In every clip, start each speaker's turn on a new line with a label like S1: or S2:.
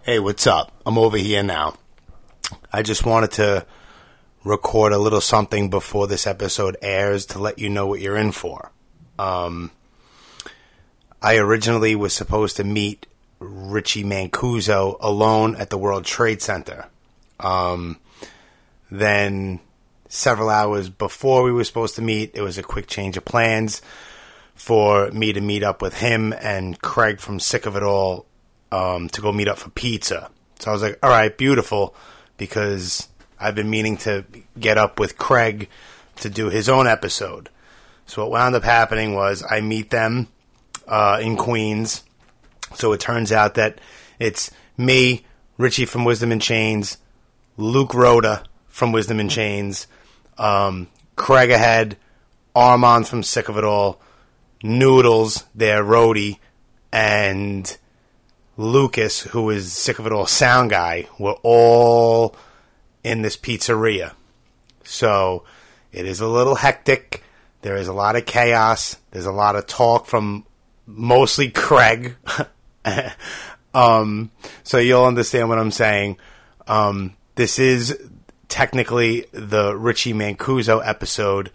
S1: Hey, what's up? I'm over here now. I just wanted to record a little something before this episode airs to let you know what you're in for. Um, I originally was supposed to meet Richie Mancuso alone at the World Trade Center. Um, then, several hours before we were supposed to meet, it was a quick change of plans for me to meet up with him and Craig from Sick of It All um, to go meet up for pizza. So I was like, all right, beautiful, because I've been meaning to get up with Craig to do his own episode. So what wound up happening was I meet them uh, in Queens. So it turns out that it's me, Richie from Wisdom in Chains, Luke Rhoda from Wisdom in Chains, um, Craig Ahead, Armand from Sick of It All, Noodles, their roadie, and Lucas, who is Sick of It All sound guy, were all in this pizzeria. So it is a little hectic. There is a lot of chaos. There's a lot of talk from mostly Craig. um, so you'll understand what I'm saying. Um, this is technically the Richie Mancuso episode,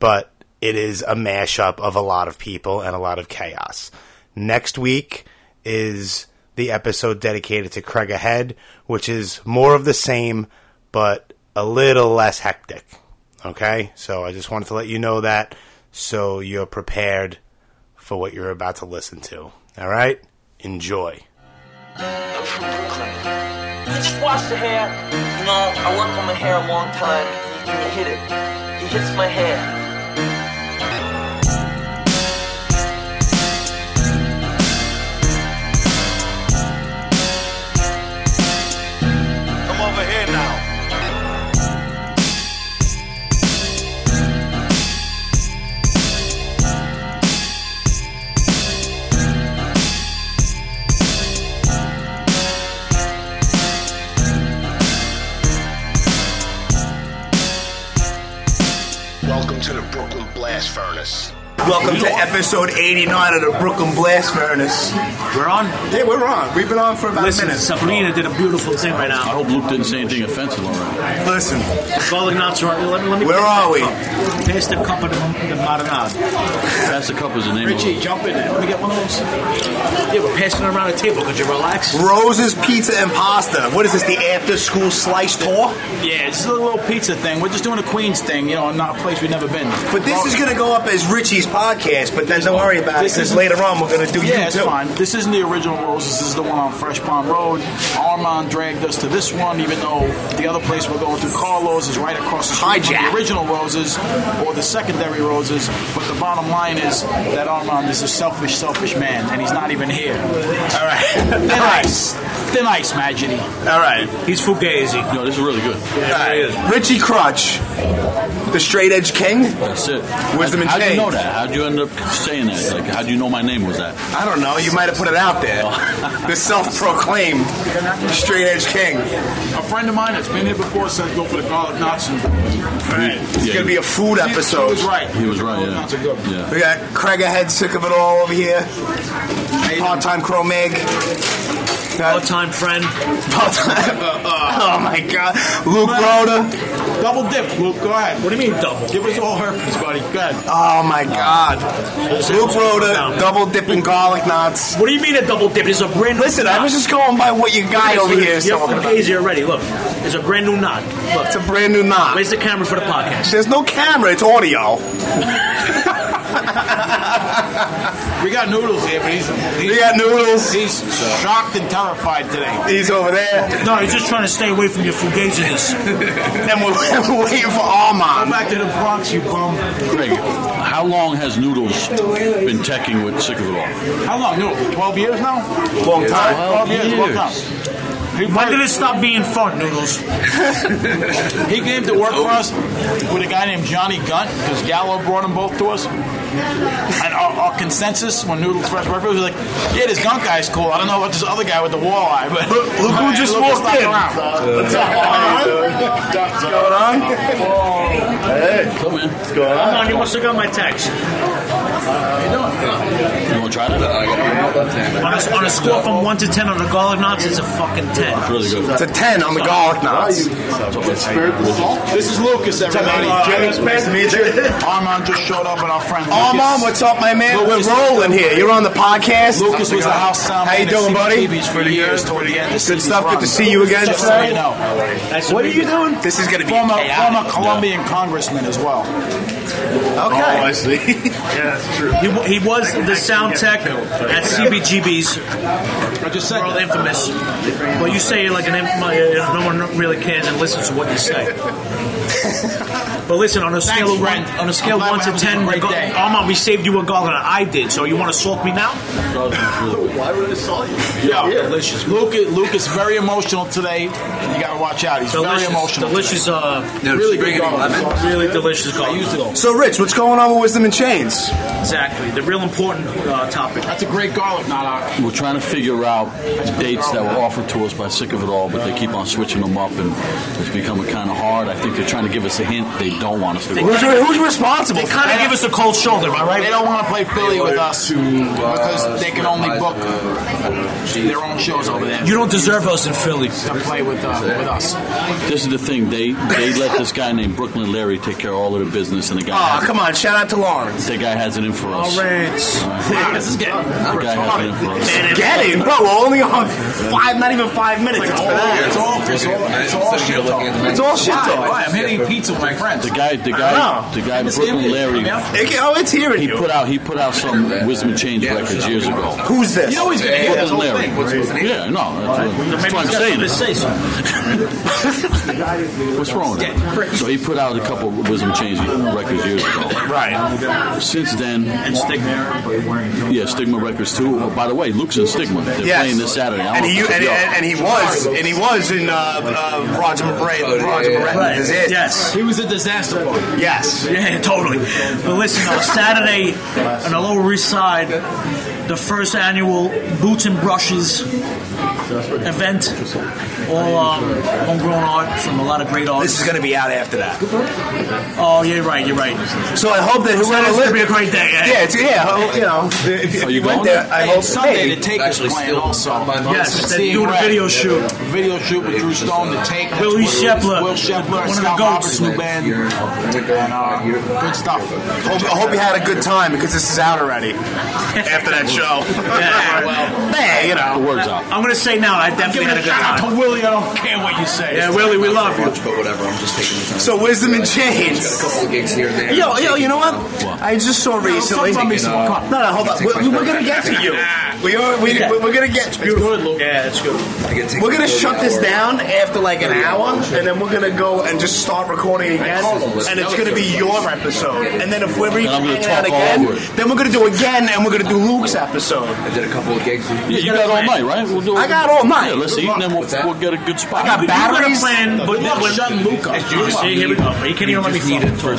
S1: but it is a mashup of a lot of people and a lot of chaos. Next week is the episode dedicated to Craig Ahead, which is more of the same, but a little less hectic. Okay? So I just wanted to let you know that so you're prepared for what you're about to listen to. All right? Enjoy.
S2: I'm from Brooklyn. You just wash the hair. You know, I work on my hair a long time. He hit it. He hits my hair.
S3: Come over here now.
S4: Welcome to the Brooklyn Blast Furnace.
S5: Welcome to episode 89 of the Brooklyn Blast Furnace.
S6: We're on.
S5: Yeah, we're on. We've been on for about
S6: Listen,
S5: a minute.
S6: Sabrina did a beautiful thing right
S7: I
S6: now.
S7: hope Luke didn't say anything offensive already.
S5: Listen,
S6: Garlic knots are. Let me, let me
S5: where are we?
S6: Pass the cup of the, the marinade.
S7: That's the cup is the name of it.
S6: jump in there. Let me get one of those. Yeah, we're passing it around the table. Could you relax?
S5: Rose's Pizza and Pasta. What is this, the after school slice tour?
S6: Yeah, it's a little pizza thing. We're just doing a Queens thing, you know, not a place we've never been.
S5: But this is going to go up as Richie's podcast, but then don't worry about it
S6: This
S5: because
S6: is-
S5: later on we're going to do
S6: Yeah,
S5: you
S6: it's
S5: too.
S6: fine. This isn't the original Roses. This is the one on Fresh Pond Road. Armand dragged us to this one, even though the other place we're going to, Carlos, is right across the street
S5: Hijack.
S6: from the original Roses or the secondary Roses. But the bottom line is that Armand is a selfish, selfish man, and he's not even here.
S5: All right.
S6: Thin ice.
S5: Nice.
S6: Thin ice, Magedy.
S5: All right.
S6: He's fugazi.
S7: No, this is really good.
S5: Richie Crutch, the straight edge king.
S7: That's it.
S5: Wisdom and
S7: How'd you know
S5: change.
S7: that? How'd you end up saying that? Like, how'd you know my name was that?
S5: I don't know. You might have put it out there. the self-proclaimed straight edge king.
S6: A friend of mine that's been here before said go for the garlic knots. And
S5: It's
S7: Yeah,
S5: gonna be a food
S6: He
S5: episode.
S6: was right.
S7: He was right,
S6: Garlic knots are
S7: yeah.
S6: good.
S7: Yeah.
S5: We got Craig ahead, sick of it all over here. Part-time Cro Mag.
S6: All-time friend.
S5: Uh, Part-time. Oh my God, Luke Broda.
S6: Double dip, Luke. Go ahead. What do you mean double? Give us all herpes, buddy. Go ahead.
S5: Oh my God, Luke Broda, double dipping garlic knots.
S8: What do you mean a double dip? It's a brand new
S5: Listen, I was just going by what you got
S8: knot.
S5: over here. is
S8: You're
S5: talking
S8: from
S5: about.
S8: Asia already. Look, it's a brand new knot.
S5: It's
S8: Look,
S5: a brand new knot.
S8: where's the camera for the podcast?
S5: There's no camera. It's audio.
S6: We got noodles here, but he's
S5: We
S6: he's,
S5: got noodles.
S6: he's shocked and terrified today.
S5: He's over there,
S8: No, you're just trying to stay away from your fugaziness.
S5: and we're, we're waiting for
S6: Come
S5: Armand.
S6: back to the Bronx, you bum.
S7: Craig, how long has Noodles been teching with Sick of It All?
S6: How long? No, twelve years now.
S5: Long time.
S6: Twelve years. Long time. He,
S8: When did it stop being fun, Noodles?
S6: he came to work for us with a guy named Johnny Gunt because Gallo brought them both to us. And our, our consensus when Noodles first referred was like, yeah, this Gunt guy's cool. I don't know about this other guy with the walleye, but look,
S5: who just walked in.
S6: What's
S5: What's going on?
S7: Come in.
S8: Come on, you must have got my text.
S7: You want to try that?
S8: On a, on a score from 1 to 10 on the garlic knots, it's a fucking 10.
S7: Really good.
S5: It's a 10 on the garlic knots.
S9: This is Lucas, everybody.
S5: James, nice to meet you.
S9: Armand just showed up at our friend.
S5: Armand, what's up, my man? We're rolling here. You're on the podcast.
S9: Lucas was the house sound.
S5: How you
S9: man at
S5: doing, buddy?
S9: CBGBs for years toward the end.
S5: Good stuff. Good to see you again,
S9: Just so
S5: sir.
S9: you know.
S5: What are you doing? This is going to be
S9: Former,
S5: chaotic.
S9: former Colombian congressman as well. Oh,
S5: Okay.
S10: see.
S8: He, wa- he was the sound tech at CBGB's.
S9: I just said
S8: World infamous. Well, you say it like an inf- uh, no one really cares and listens to what you say. But listen, on a scale of one,
S9: friend.
S8: on a scale
S9: I'm
S8: of
S9: glad
S8: one to
S9: we're having
S8: ten,
S9: a great
S8: go-
S9: day.
S8: Armand, we saved you a garlic. knot. I did. So you want to salt me now?
S9: Yeah, delicious. Lucas, Lucas, very emotional today. You gotta watch out. He's
S8: Delicious,
S9: very emotional.
S8: delicious, uh,
S9: Really good garlic.
S8: really delicious garlic.
S5: So, Rich, what's going on with Wisdom and Chains?
S8: Exactly, the real important uh, topic.
S9: That's a great garlic, not our.
S7: We're trying to figure out dates that were offered to us by Sick of It All, but they keep on switching them up, and it's becoming kind of hard. I think they're trying to give us a hint. They don't want us to.
S5: Who's, who's responsible?
S8: They kind of give us a cold shoulder, am I
S9: They
S8: right?
S9: don't want to play Philly with us
S7: uh,
S9: because they can only book their own shows over there
S8: You don't deserve us in Philly.
S9: to play with uh, with us.
S7: This is the thing. They they let this guy named Brooklyn Larry take care of all of the business, and the guy
S5: Aw, come on. Shout out to Lawrence.
S7: the guy has it in for
S9: Oh,
S7: us.
S9: Wow, this is getting
S7: The guy has it in for us.
S5: Get it, bro. We're only on five, not even five minutes. It's,
S9: It's all it's all it's all shit talk.
S5: it's all shit
S9: Why?
S5: talk.
S9: Oh, I'm hitting pizza with my friends.
S7: The guy the
S5: I
S7: guy the guy Brooklyn Larry.
S5: It can- oh, it's hearing
S7: He
S5: you.
S7: put out he put out some Wisdom and Change records years ago.
S5: Who's this?
S9: You know he's gonna hit
S7: Brooklyn
S9: this whole
S7: Larry.
S9: thing. What's- what's the name?
S7: Yeah, no, that's what, that's what I'm saying.
S8: to say something.
S7: What's wrong with that? So he put out a couple Wisdom Change records years ago.
S5: right.
S7: Since then,
S8: And stigma.
S7: yeah, Stigma Records too. Oh, by the way, Luke's in Stigma. They're
S5: Yes.
S7: playing this Saturday. I
S5: And he,
S7: don't know if
S5: and, and,
S7: y'all-
S5: and he was and he was in uh, uh, Roger Murray. Roger Murray. Is it?
S8: Yes.
S9: He was a disaster boy.
S5: Yes.
S8: Yeah, totally. But listen, on Saturday on the Lower East Side, the first annual Boots and Brushes event. All um, homegrown art from a lot of great
S5: This
S8: artists.
S5: is going to be out after that.
S8: Oh, yeah, you're right, you're right.
S5: So I hope that whoever
S8: Saturday's going to be a
S5: lives.
S8: great day. eh?
S5: Yeah, it's, yeah, I hope, you know. If, if
S7: Are you
S5: went
S7: going?
S5: There, I
S9: Hey,
S5: hope
S9: Sunday
S5: hey,
S9: the Take is playing also.
S8: Yes, they're
S9: Seeing
S8: doing a
S9: Red.
S8: video shoot.
S9: Video shoot with Drew Stone, the Take, that's
S8: Willie
S9: what it is.
S8: Shepler.
S9: Will Shepler,
S8: One of the
S9: Scott
S8: goats.
S9: Roberts, new band, and uh, good stuff.
S5: hope, I hope you had a good time because this is out already after that show.
S8: Yeah, well.
S5: hey, you know.
S7: the words out.
S8: I'm going to say now, I definitely had a good time.
S9: to Willie. I don't care what you say.
S8: Yeah, Willie, we love you.
S3: But whatever, I'm just taking the time.
S5: So wisdom and
S3: Got a
S5: chains.
S3: couple of gigs here and there.
S5: Yo, yo, you know what? I just saw recently.
S9: fuck me some more.
S5: No,
S9: Come
S5: no, hold on. We're, we're gonna get to you. We are. We, we're gonna get.
S8: Yeah, it's good.
S3: I get tickets
S5: We're gonna
S3: for
S5: shut
S3: an
S5: this
S3: hour.
S5: down after like an hour, and then we're gonna go and just start recording again. And it's gonna be your episode. And then if we're even
S7: I'm gonna
S5: hanging out
S7: talk all
S5: again,
S7: over it.
S5: then we're gonna do again, and we're gonna do Luke's episode.
S3: I did a couple of gigs.
S7: Yeah, you got all night, right? We'll do
S5: I got all night.
S7: Yeah, let's eat, and then we'll,
S3: What's that?
S7: we'll get a good spot.
S5: I got back- Batteries?
S8: You got a plan, but when,
S9: shutting Luke up.
S8: You see, here we go. He can't even let me
S3: just need
S8: fucking
S3: it for
S8: talk.
S3: a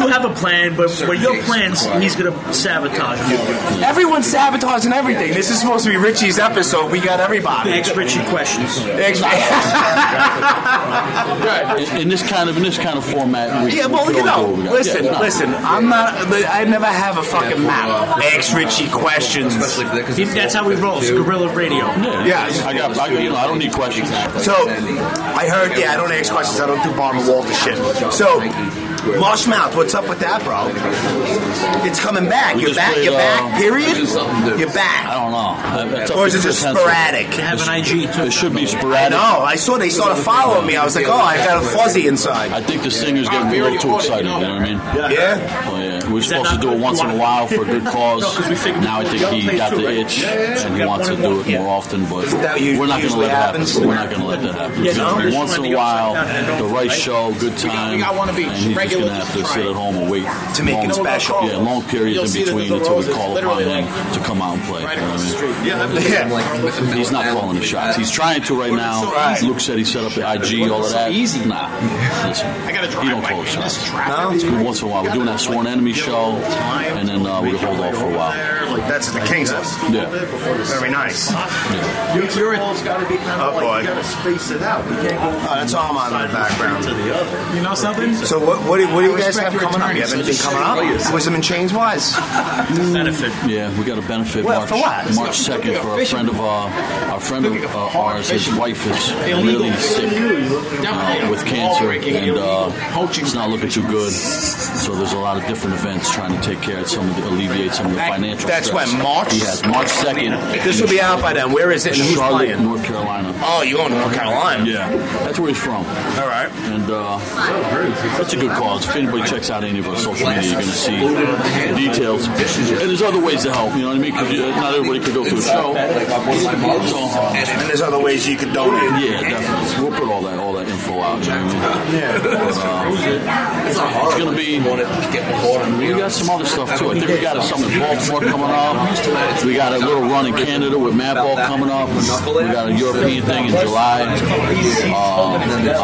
S8: You have a plan, but when your
S3: things
S8: plans,
S3: require-
S8: he's gonna sabotage you.
S5: Everyone's sabotaging everything. This is supposed to be Richie's episode. We got everybody.
S8: Ask Richie questions.
S5: Thanks,
S7: in, in this kind of in this kind of format. We,
S5: Yeah,
S7: we
S5: well,
S7: can
S5: you
S7: all
S5: know,
S7: do what we got.
S5: listen,
S7: Yeah, no.
S5: listen. I'm not. I never have a fucking map. Ask Richie questions.
S3: uh, Especially for that, 'cause
S8: He,
S3: it's
S8: that's how we roll. It's guerrilla radio.
S7: Yeah,
S5: Yes.
S7: I got. I, got- you know, I don't need questions.
S5: So, I heard. Yeah, I don't ask questions. I don't do Barbara Walters shit. So, Marsh Mouth, what's up with that, bro? It's coming back.
S7: We
S5: You're
S7: just
S5: back.
S7: played,
S5: You're
S7: uh,
S5: back. Period. You're
S7: I
S5: back.
S7: don't know. That's up
S5: Or is
S7: to
S5: it just
S7: Chris Henson.
S5: sporadic?
S8: They have an IG too.
S7: It should be
S5: I
S7: sporadic.
S5: know. I saw they started following me. I was like, oh, I got a fuzzy inside.
S7: I think the singer's getting a little too excited. You know what I mean?
S5: Yeah.
S7: Oh, yeah. We were
S8: that
S7: supposed to
S8: not
S7: do it
S8: good?
S7: once
S8: You
S7: in a
S8: wanna-
S7: while for a good cause.
S8: No, 'cause we figured
S7: now I think he got the itch and he
S8: got
S7: wants to
S8: one and
S7: do
S8: one,
S7: it
S8: yeah.
S7: more often, but
S5: Isn't that
S7: we're
S5: usually-
S7: not going to
S5: usually
S7: let it happen.
S5: happens?
S7: We're not going to let that happen.
S8: Yeah, no, there's
S7: once
S8: one
S7: in a
S8: the
S7: while,
S8: upside down,
S7: the right
S8: right?
S7: show, good
S9: We got-
S7: time,
S9: we got one of each.
S7: and he's just
S9: Regular,
S7: going to have to
S9: just
S7: sit
S9: try.
S7: at home and wait
S5: To make it
S7: long-
S5: special.
S7: Yeah, long
S9: You'll
S7: periods
S9: see
S7: in
S9: that
S7: between
S9: the
S7: until we
S9: roses
S7: call upon
S9: literally,
S7: him
S9: like,
S7: to come out and play.
S9: Right
S7: you know what
S9: across the
S7: I mean?
S9: street. Yeah,
S5: Yeah.
S7: He's not calling the shots. He's trying to right now.
S5: Right.
S7: Luke said he set up the IG, all of that. Easy, nah. Listen,
S9: I got to drive.
S7: he don't
S9: like,
S7: call the
S9: in this
S7: shots.
S9: traffic.
S7: Once in a while, we're doing that sworn enemy show, and then uh, we hold off for a while.
S5: That's at the King's List.
S7: Yeah.
S5: Very nice.
S9: You're has got to be kind
S5: Oh,
S9: of like
S5: boy.
S9: you got to space it out. You can't go.
S5: Oh, that's all I'm on in the background.
S9: To the other.
S8: You know something?
S5: So what, what, do, what do you guys have
S9: Respect your
S5: coming up? You have
S9: attorney,
S5: anything
S9: so
S5: coming
S9: just
S5: up?
S9: say
S5: Wisdom and Chains wise?
S8: benefit.
S7: Yeah, we got a benefit
S5: Well,
S7: March
S5: for what?
S7: March second for a friend of uh, our friend of uh, ours. His wife is really sick uh, with cancer, and uh, it's not looking too good. So there's a lot of different events trying to take care of some of the alleviate some of the financial.
S5: That's
S7: stress.
S5: when, March?
S7: He has March second.
S5: This will be out by then. Where is it? And who's
S7: Charlotte,
S5: playing?
S7: North Carolina.
S5: Oh, you're going to North Carolina.
S7: Yeah, that's where he's from.
S5: All right.
S7: And uh, that's a good cause. If anybody checks out any of our social media, you're going to see the details. And there's other ways to help. You know what I mean? 'Cause you- not everybody could go to a show. So, uh,
S5: And there's other ways you could donate.
S7: yeah, definitely. We'll put all that all that info out. You know what I mean? But, uh, it's going to be. We got some other stuff too. I think we got something in Baltimore coming up. We got a little run in Canada with Madball coming up. We got a European thing in July. Uh, I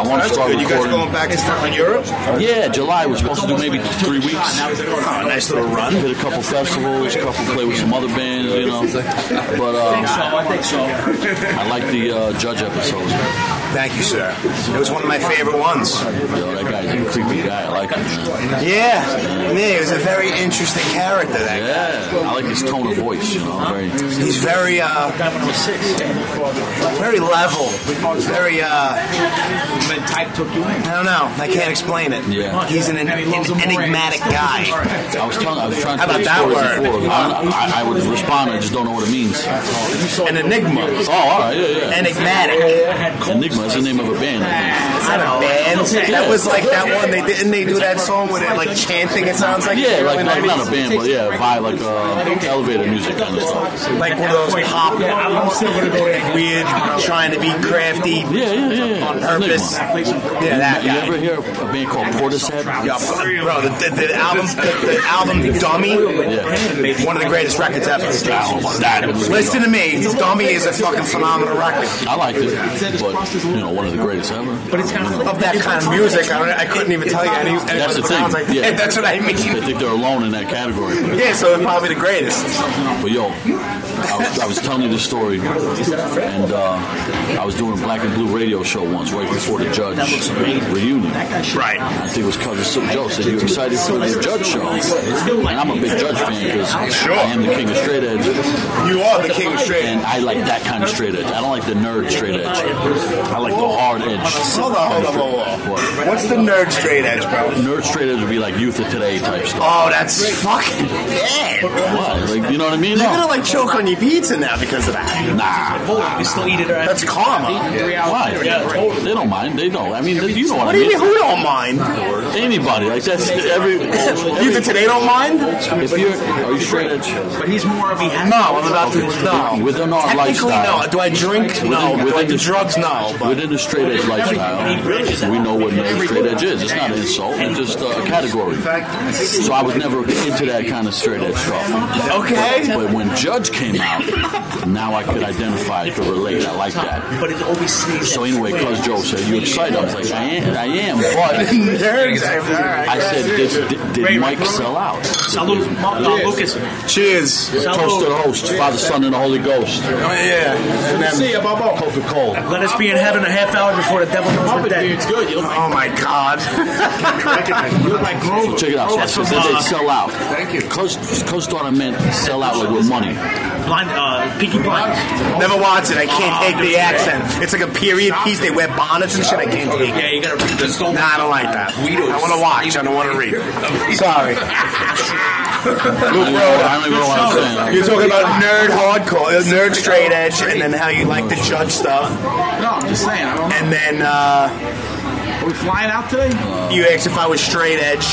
S7: want to
S5: That's
S7: start
S5: good. You guys are
S7: recording.
S5: going back to fucking Europe?
S7: Yeah, July. We're supposed to do maybe three weeks.
S5: Oh, nice little run.
S7: Hit a couple festivals, a couple play with some other bands, you know. But uh,
S8: So I think so.
S7: I like the uh, Judge episodes.
S5: Thank you, sir. It was one of my favorite ones.
S7: Yo, that guy's a creepy guy. I like him. Man.
S5: Yeah. Yeah, he was a very interesting character, that guy.
S7: Yeah, I like his tone of voice. You know, very.
S5: He's very, uh, very level. Very, uh,
S9: When type took you in.
S5: I don't know. I can't explain it.
S7: Yeah.
S5: He's an, an enigmatic guy.
S7: I was telling, I was trying to
S5: How about
S7: tell
S5: that
S7: stories
S5: word?
S7: before. I, I, I would respond. I just don't know what it means.
S5: An enigma.
S7: Oh, all right, yeah, yeah.
S5: Enigmatic.
S7: Enigma is the name of a band. I
S5: I don't know, man. That was like that one. They didn't they do that song with it, like chanting. It sounds like
S7: think. Yeah, like,
S5: early
S7: like
S5: 90s?
S7: not a band, but yeah, vibe like uh, elevator music kind of stuff.
S5: like one of those pop, weird, trying to be crafty
S7: Yeah, yeah, yeah, yeah.
S5: on purpose.
S7: Enigma.
S5: Yeah, that
S7: You
S5: guy.
S7: ever hear a band called Portishead?
S5: Yeah, fu- bro, the, the, the album, the, the album Dummy, one of the greatest records ever. Listen to me, Dummy is a fucking phenomenal record.
S7: I liked it, but you know, one of the greatest ever. But it's kind
S5: Of that kind of music, I, don't, I couldn't even tell you any. anyone
S7: That's the
S5: that
S7: thing,
S5: sounds like that.
S7: yeah.
S5: That's what I
S7: I
S5: mean.
S7: think they're alone in that category.
S5: Yeah, so it's probably the greatest.
S7: But yo, I was, I was telling you this story, and uh, I was doing a black and blue radio show once right before the judge reunion.
S5: Right.
S7: I think it was cousin Silk Joe said you excited for the judge show, and I'm a big judge fan because I am the king of straight edge.
S5: You are the king of straight.
S7: And I like that kind of straight edge. I don't like the nerd straight edge. I like the hard edge.
S5: Hold on, hold on, hold on.
S7: What?
S5: What's the nerd straight edge, bro?
S7: Nerd straight edge would be like youth of today type stuff.
S5: Oh, that's fucking bad.
S7: Why? Like, you know what I mean?
S5: You're
S7: No.
S5: gonna like choke on your pizza now because of that.
S7: Nah.
S8: We still eat it. Right?
S5: That's karma.
S7: Why? They don't mind. They don't. I mean, you know what,
S5: What
S7: I
S5: do you
S7: mean.
S5: mean? Who don't mind?
S7: Anybody. Like, that's every.
S5: You think today don't mind?
S7: If you're, are you straight edge?
S8: But he's more of a
S5: No, I'm about to. No.
S7: Within our
S5: Technically,
S7: lifestyle.
S5: no. Do I drink? No. Do I do drugs? No. But
S7: Within the straight edge lifestyle, we know what the straight edge is. It's not an insult. It's just uh, a category. So I was never into that kind of straight edge stuff.
S5: okay.
S7: But when Judge came out, now I could identify, I could relate. I like that.
S8: but it always sneezes.
S7: So anyway, Cuz Joe said, "You excited?" I was like, "I am, I am." But
S5: Nerds. All right.
S7: I said, "Did, did, did Mike sell out?"
S8: Salute, Ma- uh, Lucas.
S5: Cheers.
S7: Toast to the
S8: Salute.
S7: host, Father, Son, and the Holy Ghost.
S5: Oh, yeah.
S7: See ya, Bobo. Coca Cola.
S8: Let us be in heaven a half hour before the devil knows we're dead.
S7: good. You
S5: Oh my God.
S7: So check it out. So I said, "Did they sell out?" Thank you. Coach, Coach thought I meant sell out like with money.
S8: Blind, uh, Peaky Blinders.
S5: Never watched it. I can't take the accent. It's like a period piece. They wear bonnets and shit. I can't take it.
S8: Yeah, you gotta read this.
S5: Nah, I don't like that. I want to watch. I don't want to read. Sorry.
S7: I don't even know what I'm saying.
S5: You're talking about nerd hardcore, uh, nerd straight edge, and then how you like to judge stuff,
S6: No, I'm just saying. I don't know.
S5: and then uh,
S6: Are we flying out today?
S5: you asked if I was straight edge.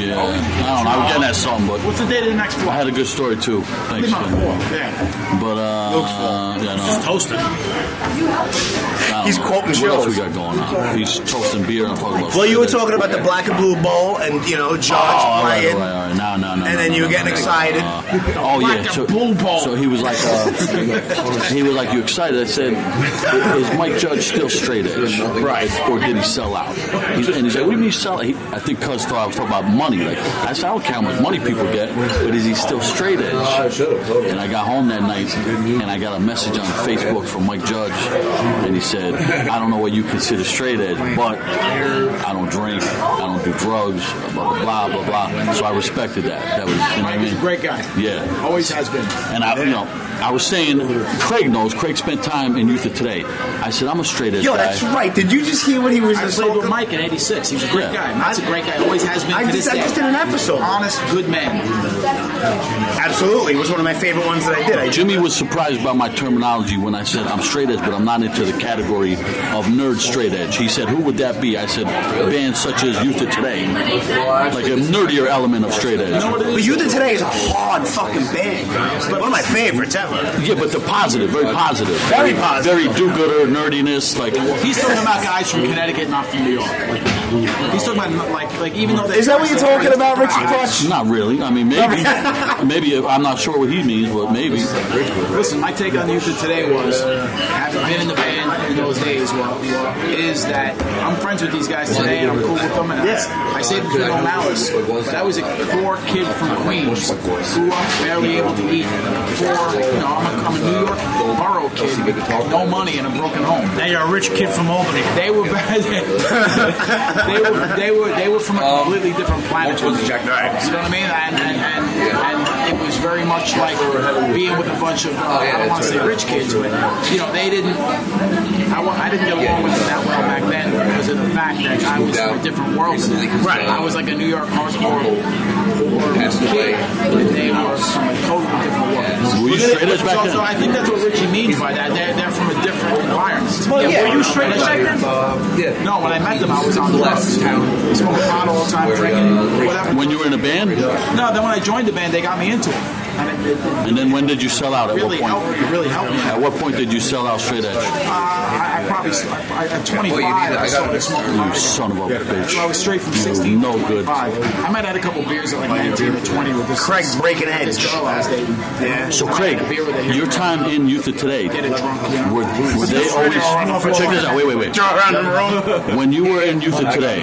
S7: Yeah, I don't know. I was getting that something, but
S6: What's the date of the next
S7: I
S6: flight?
S7: had a good story too. Thanks.
S6: Not
S7: man.
S6: four. Yeah.
S7: But uh, yeah, no,
S8: Toasted.
S7: I don't
S5: He's
S7: know.
S5: quoting
S7: what
S5: shows.
S7: else we got going on? He's toasting beer and talking about.
S5: Well, you were
S7: shit.
S5: talking about the black and blue bowl, and you know, George
S7: Oh, all right,
S5: playing.
S7: all right, all right. No, no, no.
S5: And
S7: no,
S5: then
S7: no,
S5: you were
S7: no,
S5: getting
S7: no.
S5: excited.
S7: Uh, oh yeah. So, so he was like, uh, he was like, "You excited?" I said, "Is Mike Judge still straight edge, right? Or did he sell out?" He's, and he's like, "What do you mean he sell?" He, I think Cuz thought I was talking about money. Like I said, I don't count how much money people get, but is he still straight edge? And I got home that night, and I got a message on Facebook from Mike Judge, and he said, "I don't know what you consider straight edge, but I don't drink, I don't do drugs, blah blah blah blah." blah. So I respected that. That was you know what I
S9: Mike is a
S7: mean?
S9: great guy.
S7: Yeah.
S9: Always has been.
S7: And I, you know, I was saying, Craig knows. Craig spent time in youth of today. I said, I'm a straight edge
S5: Yo,
S7: guy.
S5: that's right. Did you just hear what he was
S9: I
S5: just
S9: played with
S5: talking?
S9: Mike in '86. He was a great
S7: Yeah.
S9: guy. Mike's a great guy. Always has been.
S5: I
S9: to
S5: just-
S9: this
S5: I
S9: day.
S5: just did an episode.
S9: Honest, good man.
S5: Absolutely, it was one of my favorite ones that I did. I
S7: Jimmy was surprised by my terminology when I said I'm straight edge, but I'm not into the category of nerd straight edge. He said, "Who would that be?" I said, "Bands such as Youth of Today, like a nerdier element of straight edge."
S5: But Youth of Today is a hard fucking band. It's one of my favorites ever.
S7: Yeah, but the positive, very positive,
S5: Very positive.
S7: very do-gooder nerdiness. Like
S9: He's talking about guys from Connecticut, not from New York. Like, he's talking about like, like even though
S5: Is that what you're talking about, Richie Koch?
S7: Not really. I mean, maybe, maybe I'm not sure what he means, but maybe.
S9: Listen, my take on the youth of today was, having been in the band in those days, well, well, is that I'm friends with these guys today and I'm cool with them. And that's- I say this with no malice, but I was a poor kid from Queens who up barely able to eat. Poor, you know, I'm a, I'm a New York borough kid with no money and a broken home.
S8: Now you're a rich kid from Albany.
S9: They were, they were, they were, they were from a completely different planet.
S3: What was the Um, Jack-
S9: You know what I mean? And, and, and, and it was very much like being with a bunch of, uh, I don't want to say rich kids, but, you know, they didn't, I, wa- I didn't get along with them that well back then because of the fact that I was from a different world. than them.
S3: Right.
S9: I was like a New York hardcore kid, and they
S3: Oh.
S9: were from a totally different world.
S7: Were you
S9: But it-
S7: straight edge
S9: but
S7: back
S9: so-
S7: then?
S9: so I think that's what Richie means by that. They're, they're from a different environment.
S8: Well, yeah, were you straight
S9: That's
S8: back
S9: true.
S8: then?
S3: Yeah.
S9: No, when I met them, I was on drugs. Smoking pot all the time, drinking, whatever.
S7: When you were in a band,
S9: No, then when I joined the band, they got me into it. And it, it
S7: and then when did you sell out? At
S9: really
S7: what point?
S9: helped me. Really helped me.
S7: At what point did you sell out straight edge?
S9: Uh, I, I probably I, at 25, I started smoking pot
S7: You
S9: again.
S7: son of a bitch.
S9: So I was straight from
S7: You
S9: 16
S7: No
S9: to
S7: good.
S9: 25. I might have had a couple beers at like 19 or 20 with this.
S5: Craig breaking
S9: this
S5: edge.
S9: girl I was dating.
S5: Yeah.
S7: So
S9: I had
S7: Craig,
S9: a beer with her.
S7: your time in youth of today,
S9: Get it drunk, you know?
S7: were, were they always? Check this out. Wait, wait, wait.
S5: Jump around in the room.
S7: When you were in youth of today,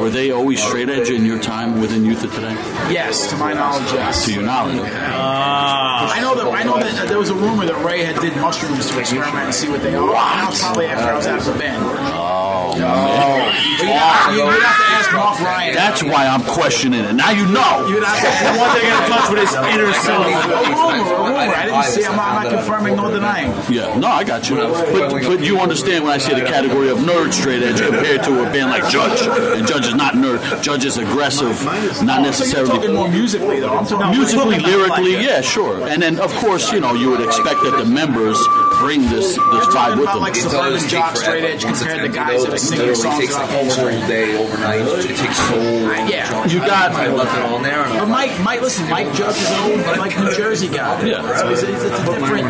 S7: were they always straight edge in your time within youth of today?
S9: Yes, to my knowledge, yes.
S7: To your knowledge, Ah.
S9: I know that I know that uh, there was a rumor that Ray had did mushrooms to experiment and see what they are. That was probably after I was out of the band. Oh, You'd have, you'd have to ask Mark Ryan.
S7: that's why I'm questioning it. Now you know.
S9: You'd have to ask
S8: One thing in touch with his inner self.
S9: A rumor, a rumor. I didn't see. I'm not, I'm not confirming nor denying.
S7: Yeah, no, I got you. But, but you understand when I say the category of nerd straight edge compared to a band like Judge. And Judge is not nerd. Judge is aggressive, not
S9: So you're talking more
S7: necessarily.
S9: musically, though. I'm talking
S7: Musically,
S9: Like,
S7: lyrically, yeah, sure. And then, of course, you know, you would expect that the members bring this this
S9: You're
S7: vibe
S9: talking
S7: with
S9: about like
S7: them.
S9: suburban jock straight edge compared to guys that are singing songs about Wall Street.
S3: day overnight. It takes so long.
S9: Yeah.
S7: You got-
S3: I left it on there.
S9: But Mike, Mike, listen, Mike Judge is an old like New Jersey guy.
S7: Yeah.
S9: So he's, he's, it's a different,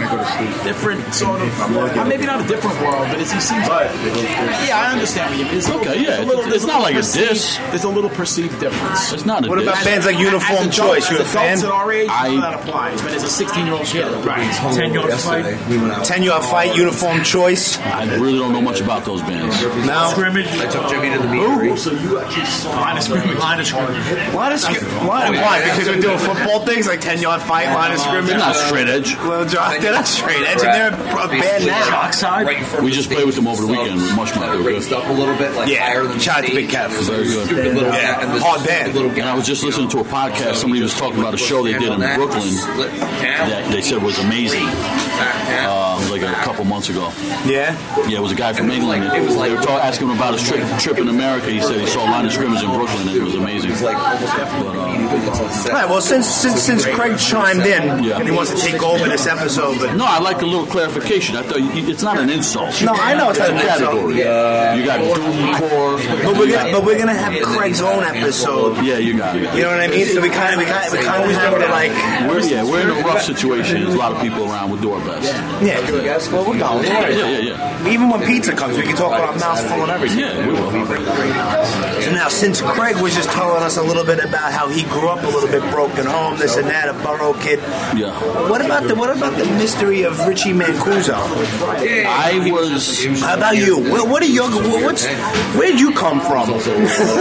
S9: different sort of, uh, maybe not a different world, but it's, he seems. Yeah, I understand what you mean. It's a
S7: Okay,
S9: little,
S7: yeah,
S9: it's, a little,
S7: it's not like a
S9: perceived-
S7: diss.
S9: There's a little perceived difference.
S7: It's not a
S5: What
S7: diss.
S5: about bands like Uniform
S9: As adults-
S5: Choice?
S9: as
S5: You a fan?
S9: adults at our age,
S7: I-
S9: none of that applies. But as a 16 year old kid, right?
S8: Ten yard fight,
S3: We went out.
S5: Ten-year fight, Uniform Choice.
S7: I really don't know much about those bands.
S5: No.
S8: scrimmage,
S3: I took Jimmy to the meetery.
S8: line of scrimmage, line of scrimmage.
S5: Line of scrimmage. Why? Because we're doing football things like ten-yard fight, line of
S7: They're
S5: scrimmage.
S7: not straight edge.
S5: Little John, they're not straight edge, and they're a band now.
S8: Oxide?
S3: Right in front
S7: We
S3: of
S7: just
S3: the
S7: played with them
S3: stage.
S7: over the weekend with
S3: Subs
S7: Mushmouth. They were
S3: raised
S7: good.
S3: up a little bit, like
S5: Yeah.
S3: higher than the
S5: Shout out to
S3: stage.
S5: Big Cat for
S3: There's
S7: very
S3: a
S7: good.
S3: Stupid little
S5: Yeah.
S3: cat and this
S5: Hard
S3: stupid
S5: band.
S3: little guy.
S7: And I was just listening to a podcast. Somebody was talking about a show they did in Brooklyn that they said was amazing. Uh,
S3: Um,
S7: it was like a couple months ago.
S5: Yeah.
S7: Yeah, it was a guy from
S3: And it was
S7: England.
S3: like- it was
S7: they
S3: like-
S7: were talk- asking him about his trip, trip in America. He said he saw a line of scrimmage in Brooklyn, and it was amazing.
S3: It's like almost definitely immediately gets on set.
S5: All right. Well, since since since Craig chimed in,
S7: Yeah.
S5: he wants to take over this episode. But
S7: No, I like a little clarification. I thought you, it's not an insult.
S5: No, I know it's
S7: a
S5: not an insult.
S7: category. You got doom core.
S5: but we're gonna, but we're gonna have Craig's own episode.
S7: yeah, you got it.
S5: You know what I mean? So we kind of we kind of, we kind of have to like
S7: We're, yeah, we're in a rough situation. There's a lot of people around with door vests.
S5: yeah. do it. Well, we're going.
S7: Yeah, yeah, yeah.
S5: Even when pizza comes, we can talk with our mouths full and everything.
S7: Yeah, we will.
S5: So now, since Craig was just telling us a little bit about how he grew up a little bit broken home, this and that, a borough kid.
S7: Yeah.
S5: What about the what about the mystery of Richie Mancuso?
S7: I was.
S5: How about you? What, what are your what's where would you come from?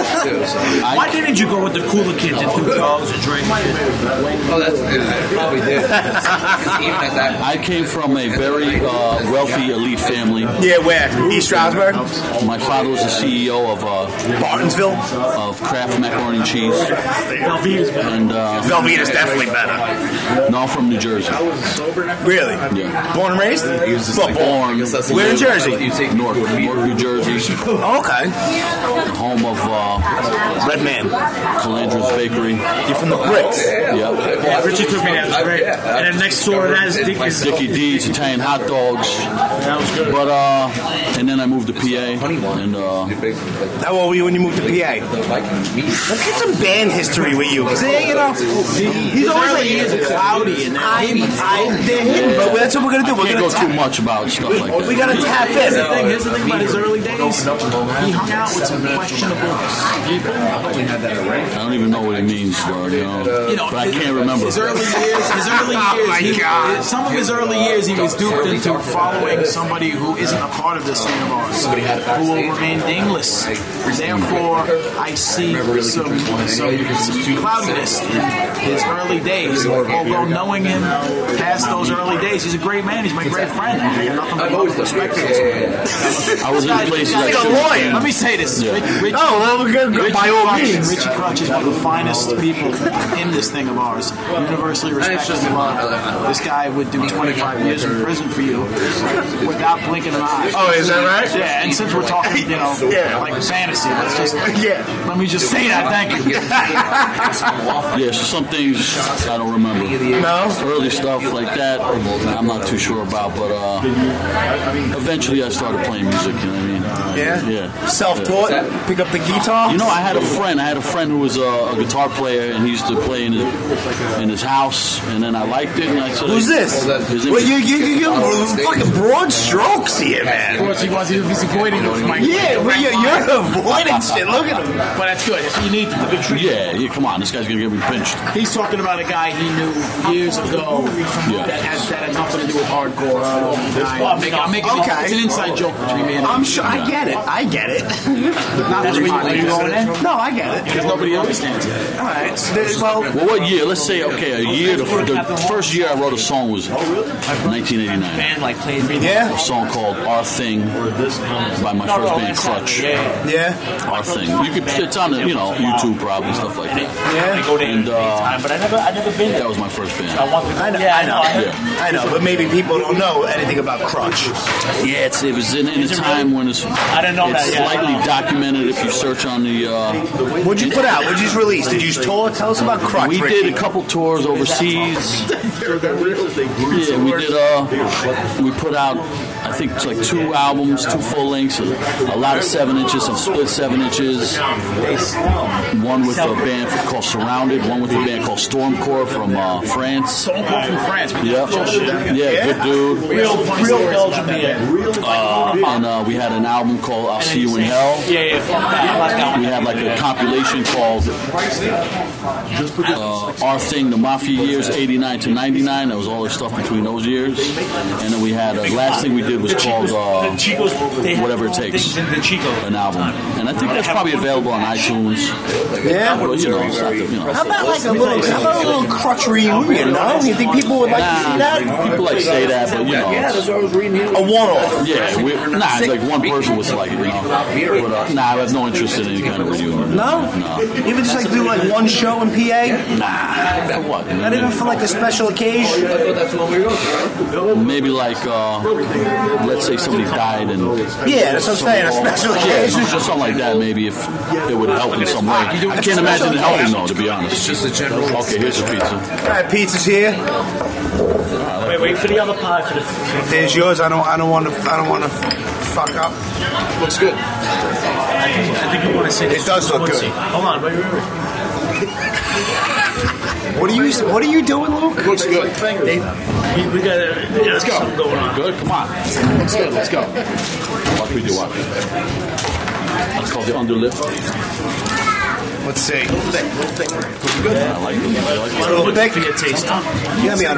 S11: Why didn't you go with the cooler kid that threw dogs and drank?
S3: Oh, that's I probably did. Even at that,
S7: I came from a very uh, wealthy elite family.
S5: yeah, where East Stroudsburg,
S7: My father was the CEO of uh,
S5: Bartonsville.
S7: of Kraft macaroni and cheese, and uh,
S5: Velveeta's definitely better.
S7: no, I'm from New Jersey.
S5: Really?
S7: Yeah.
S5: Born and raised?
S7: But born,
S5: Where in Jersey?
S7: North, North New Jersey,
S5: Okay.
S7: home of uh,
S5: Red man.
S7: Calandra's Bakery.
S5: You're from the bricks.
S7: Yeah.
S11: Yeah, Richie took me
S5: Oh,
S11: down. Great. And then next door, that is Dickens.
S7: Dickie D's, Italian hot dogs. That was good. But uh, and then I moved to PA, and uh,
S5: How old were you when you moved to PA? Let's get some band history with you. 'cause, eh, you know, he's always like,
S8: cloudy in there.
S5: I'm, I'm, they're hidden, but that's what we're gonna do. We're
S7: can't
S5: gonna
S7: go too
S5: tap.
S7: much about stuff like that.
S5: We gotta tap
S8: The thing,
S5: in.
S8: here's the thing about his early days. He hung out with some questionable people.
S7: I don't even know what it means, bro. You know,
S8: You know,
S7: but I can't remember.
S8: His early years, his early years.
S5: my
S8: he-
S5: God.
S8: Some of his early years, he was duped into following somebody who isn't a part of this thing of ours, who will remain nameless. Therefore, I see some, some, some cloudiness in his early days. Although knowing him past those early days, he's a great man. He's my great friend. I got nothing but love and respect for this man.
S7: I was in places like
S8: Let me say this.
S7: Yeah.
S8: Rich- Rich-
S5: Oh, well, we're gonna go
S8: Richie
S5: by all
S8: Crutch,
S5: means.
S8: Richie Crutch is one of the finest people in this thing of ours. Universally respected and loved. This guy would do 25 years in prison for you without blinking an eye.
S5: Oh, is that right?
S8: Yeah, and since we're talking, you know,
S5: Yeah.
S8: like fantasy, let's just
S5: Yeah.
S8: let me just say that. Thank you.
S7: Yeah, so some things I don't remember.
S5: No?
S7: Early stuff like that, I'm not too sure about, but uh, eventually I started playing music, you know what I mean? Uh,
S5: Yeah?
S7: Yeah.
S5: Self-taught. Pick up the guitar.
S7: You know, I had a friend. I had a friend who was a, a guitar player, and he used to play in his, in his house. And then I liked it, and I said,
S5: Who's this?
S7: His name
S5: Well,
S7: is-
S5: you you you you fucking broad strokes here, man.
S8: He wants to be avoiding
S5: Yeah, well, you're, you're avoiding shit. Look at him.
S8: but that's good. If you need the big treat.
S7: Yeah, yeah. Come on, this guy's gonna get me pinched.
S8: He's talking about a guy he knew years ago that, has, that had nothing to do with hardcore. I'm making, I'm making
S5: Okay.
S8: it's an inside joke between me and him.
S5: I'm sure. I get it. I get it.
S8: Not that's where you- where you going in.
S5: No, I get it.
S8: Because nobody understands it.
S5: All right. So there's- well,
S7: Well, what year? Let's say, okay, a year. The, the first year I wrote a song was 1989.
S11: Band like plays me.
S7: A
S5: yeah,
S7: song called "Our Thing" by my first band, Crutch.
S5: yeah.
S7: Our Thing. You could, it's on the, you know YouTube probably stuff like that.
S11: I go to
S7: And, uh,
S11: time, but I never, I never been there.
S7: That was my first band.
S11: I want to.
S5: I know.
S11: yeah,
S5: I know.
S11: I
S7: Yeah.
S5: I know. But maybe people don't know anything about Crutch.
S7: Yeah, it's, it was in, in a
S11: Is it
S7: time when it's,
S11: I didn't know
S7: it's
S11: that, yeah.
S7: slightly documented. If you search on the, uh,
S5: What'd you put out? What'd you just release? Did you tell, tell us about Crutch?
S7: we
S5: Ricky?
S7: did a couple tours overseas. Yeah, we did. Uh, we put out, I think, it's like two albums, two full lengths, a, a lot of seven inches, some split seven inches. One with a band called Surrounded, one with a band called Stormcore from uh, France.
S8: Don't go from France. but
S7: Yeah, yeah, good dude.
S8: Real, real Belgium here.
S7: Uh, and uh, we had an album called "I'll See You in Hell."
S11: Yeah, yeah, fuck that. I like that
S7: We
S11: one.
S7: had like a compilation called uh, Our Thing, the Mafia Years, 89 to 99. That was all the stuff between those years. And then we had, uh, last thing we did was
S11: The
S7: called
S11: Chicos,
S7: uh,
S11: the Chicos, they had
S7: Whatever It
S11: their own
S7: Takes,
S11: things in the Chico.
S7: an album. And I think that's probably available on iTunes.
S5: Yeah.
S7: But, you know, it's not the- you know.
S5: How about like a little, how about a little crutch reunion? No, you think people would like to see
S7: Nah,
S5: that?
S7: people like say that, but you know. it's-
S5: A one-off.
S7: Yeah, we, nah, it's like one person was like, it, you know. But, uh, nah, I have no interest in any kind of reunion.
S5: No?
S7: No.
S5: Even just like do like one show in PA?
S7: Nah, for what?
S5: Not even for like a special occasion.
S3: That's what we were going through, right?
S7: maybe like uh, let's say somebody died and
S5: Yeah, that's what I'm saying. A special
S7: yeah,
S5: occasion.
S7: just something like that. Maybe if it would help in some way. I can't imagine it helping though, to be honest. It's just a general. Okay, here's your pizza.
S5: All right, pizza's here.
S8: Wait, wait for the other part. For the,
S5: There's yours. I don't. I don't want to. I don't want to fuck up.
S9: Looks good.
S8: I think you want to say this.
S5: It does look good.
S8: Let's see. Hold on, wait, wait, wait.
S5: What are you? What are you doing, Luke?
S9: Looks good.
S8: We, we got uh, let's
S9: go.
S8: something going on.
S7: Good. Come on.
S9: Looks good. Let's go.
S7: What we do? What? That's called the underlip.
S5: Let's see.
S7: Yeah, I like it. I like it.
S5: Little thick.
S8: For your taste.
S5: Let me on.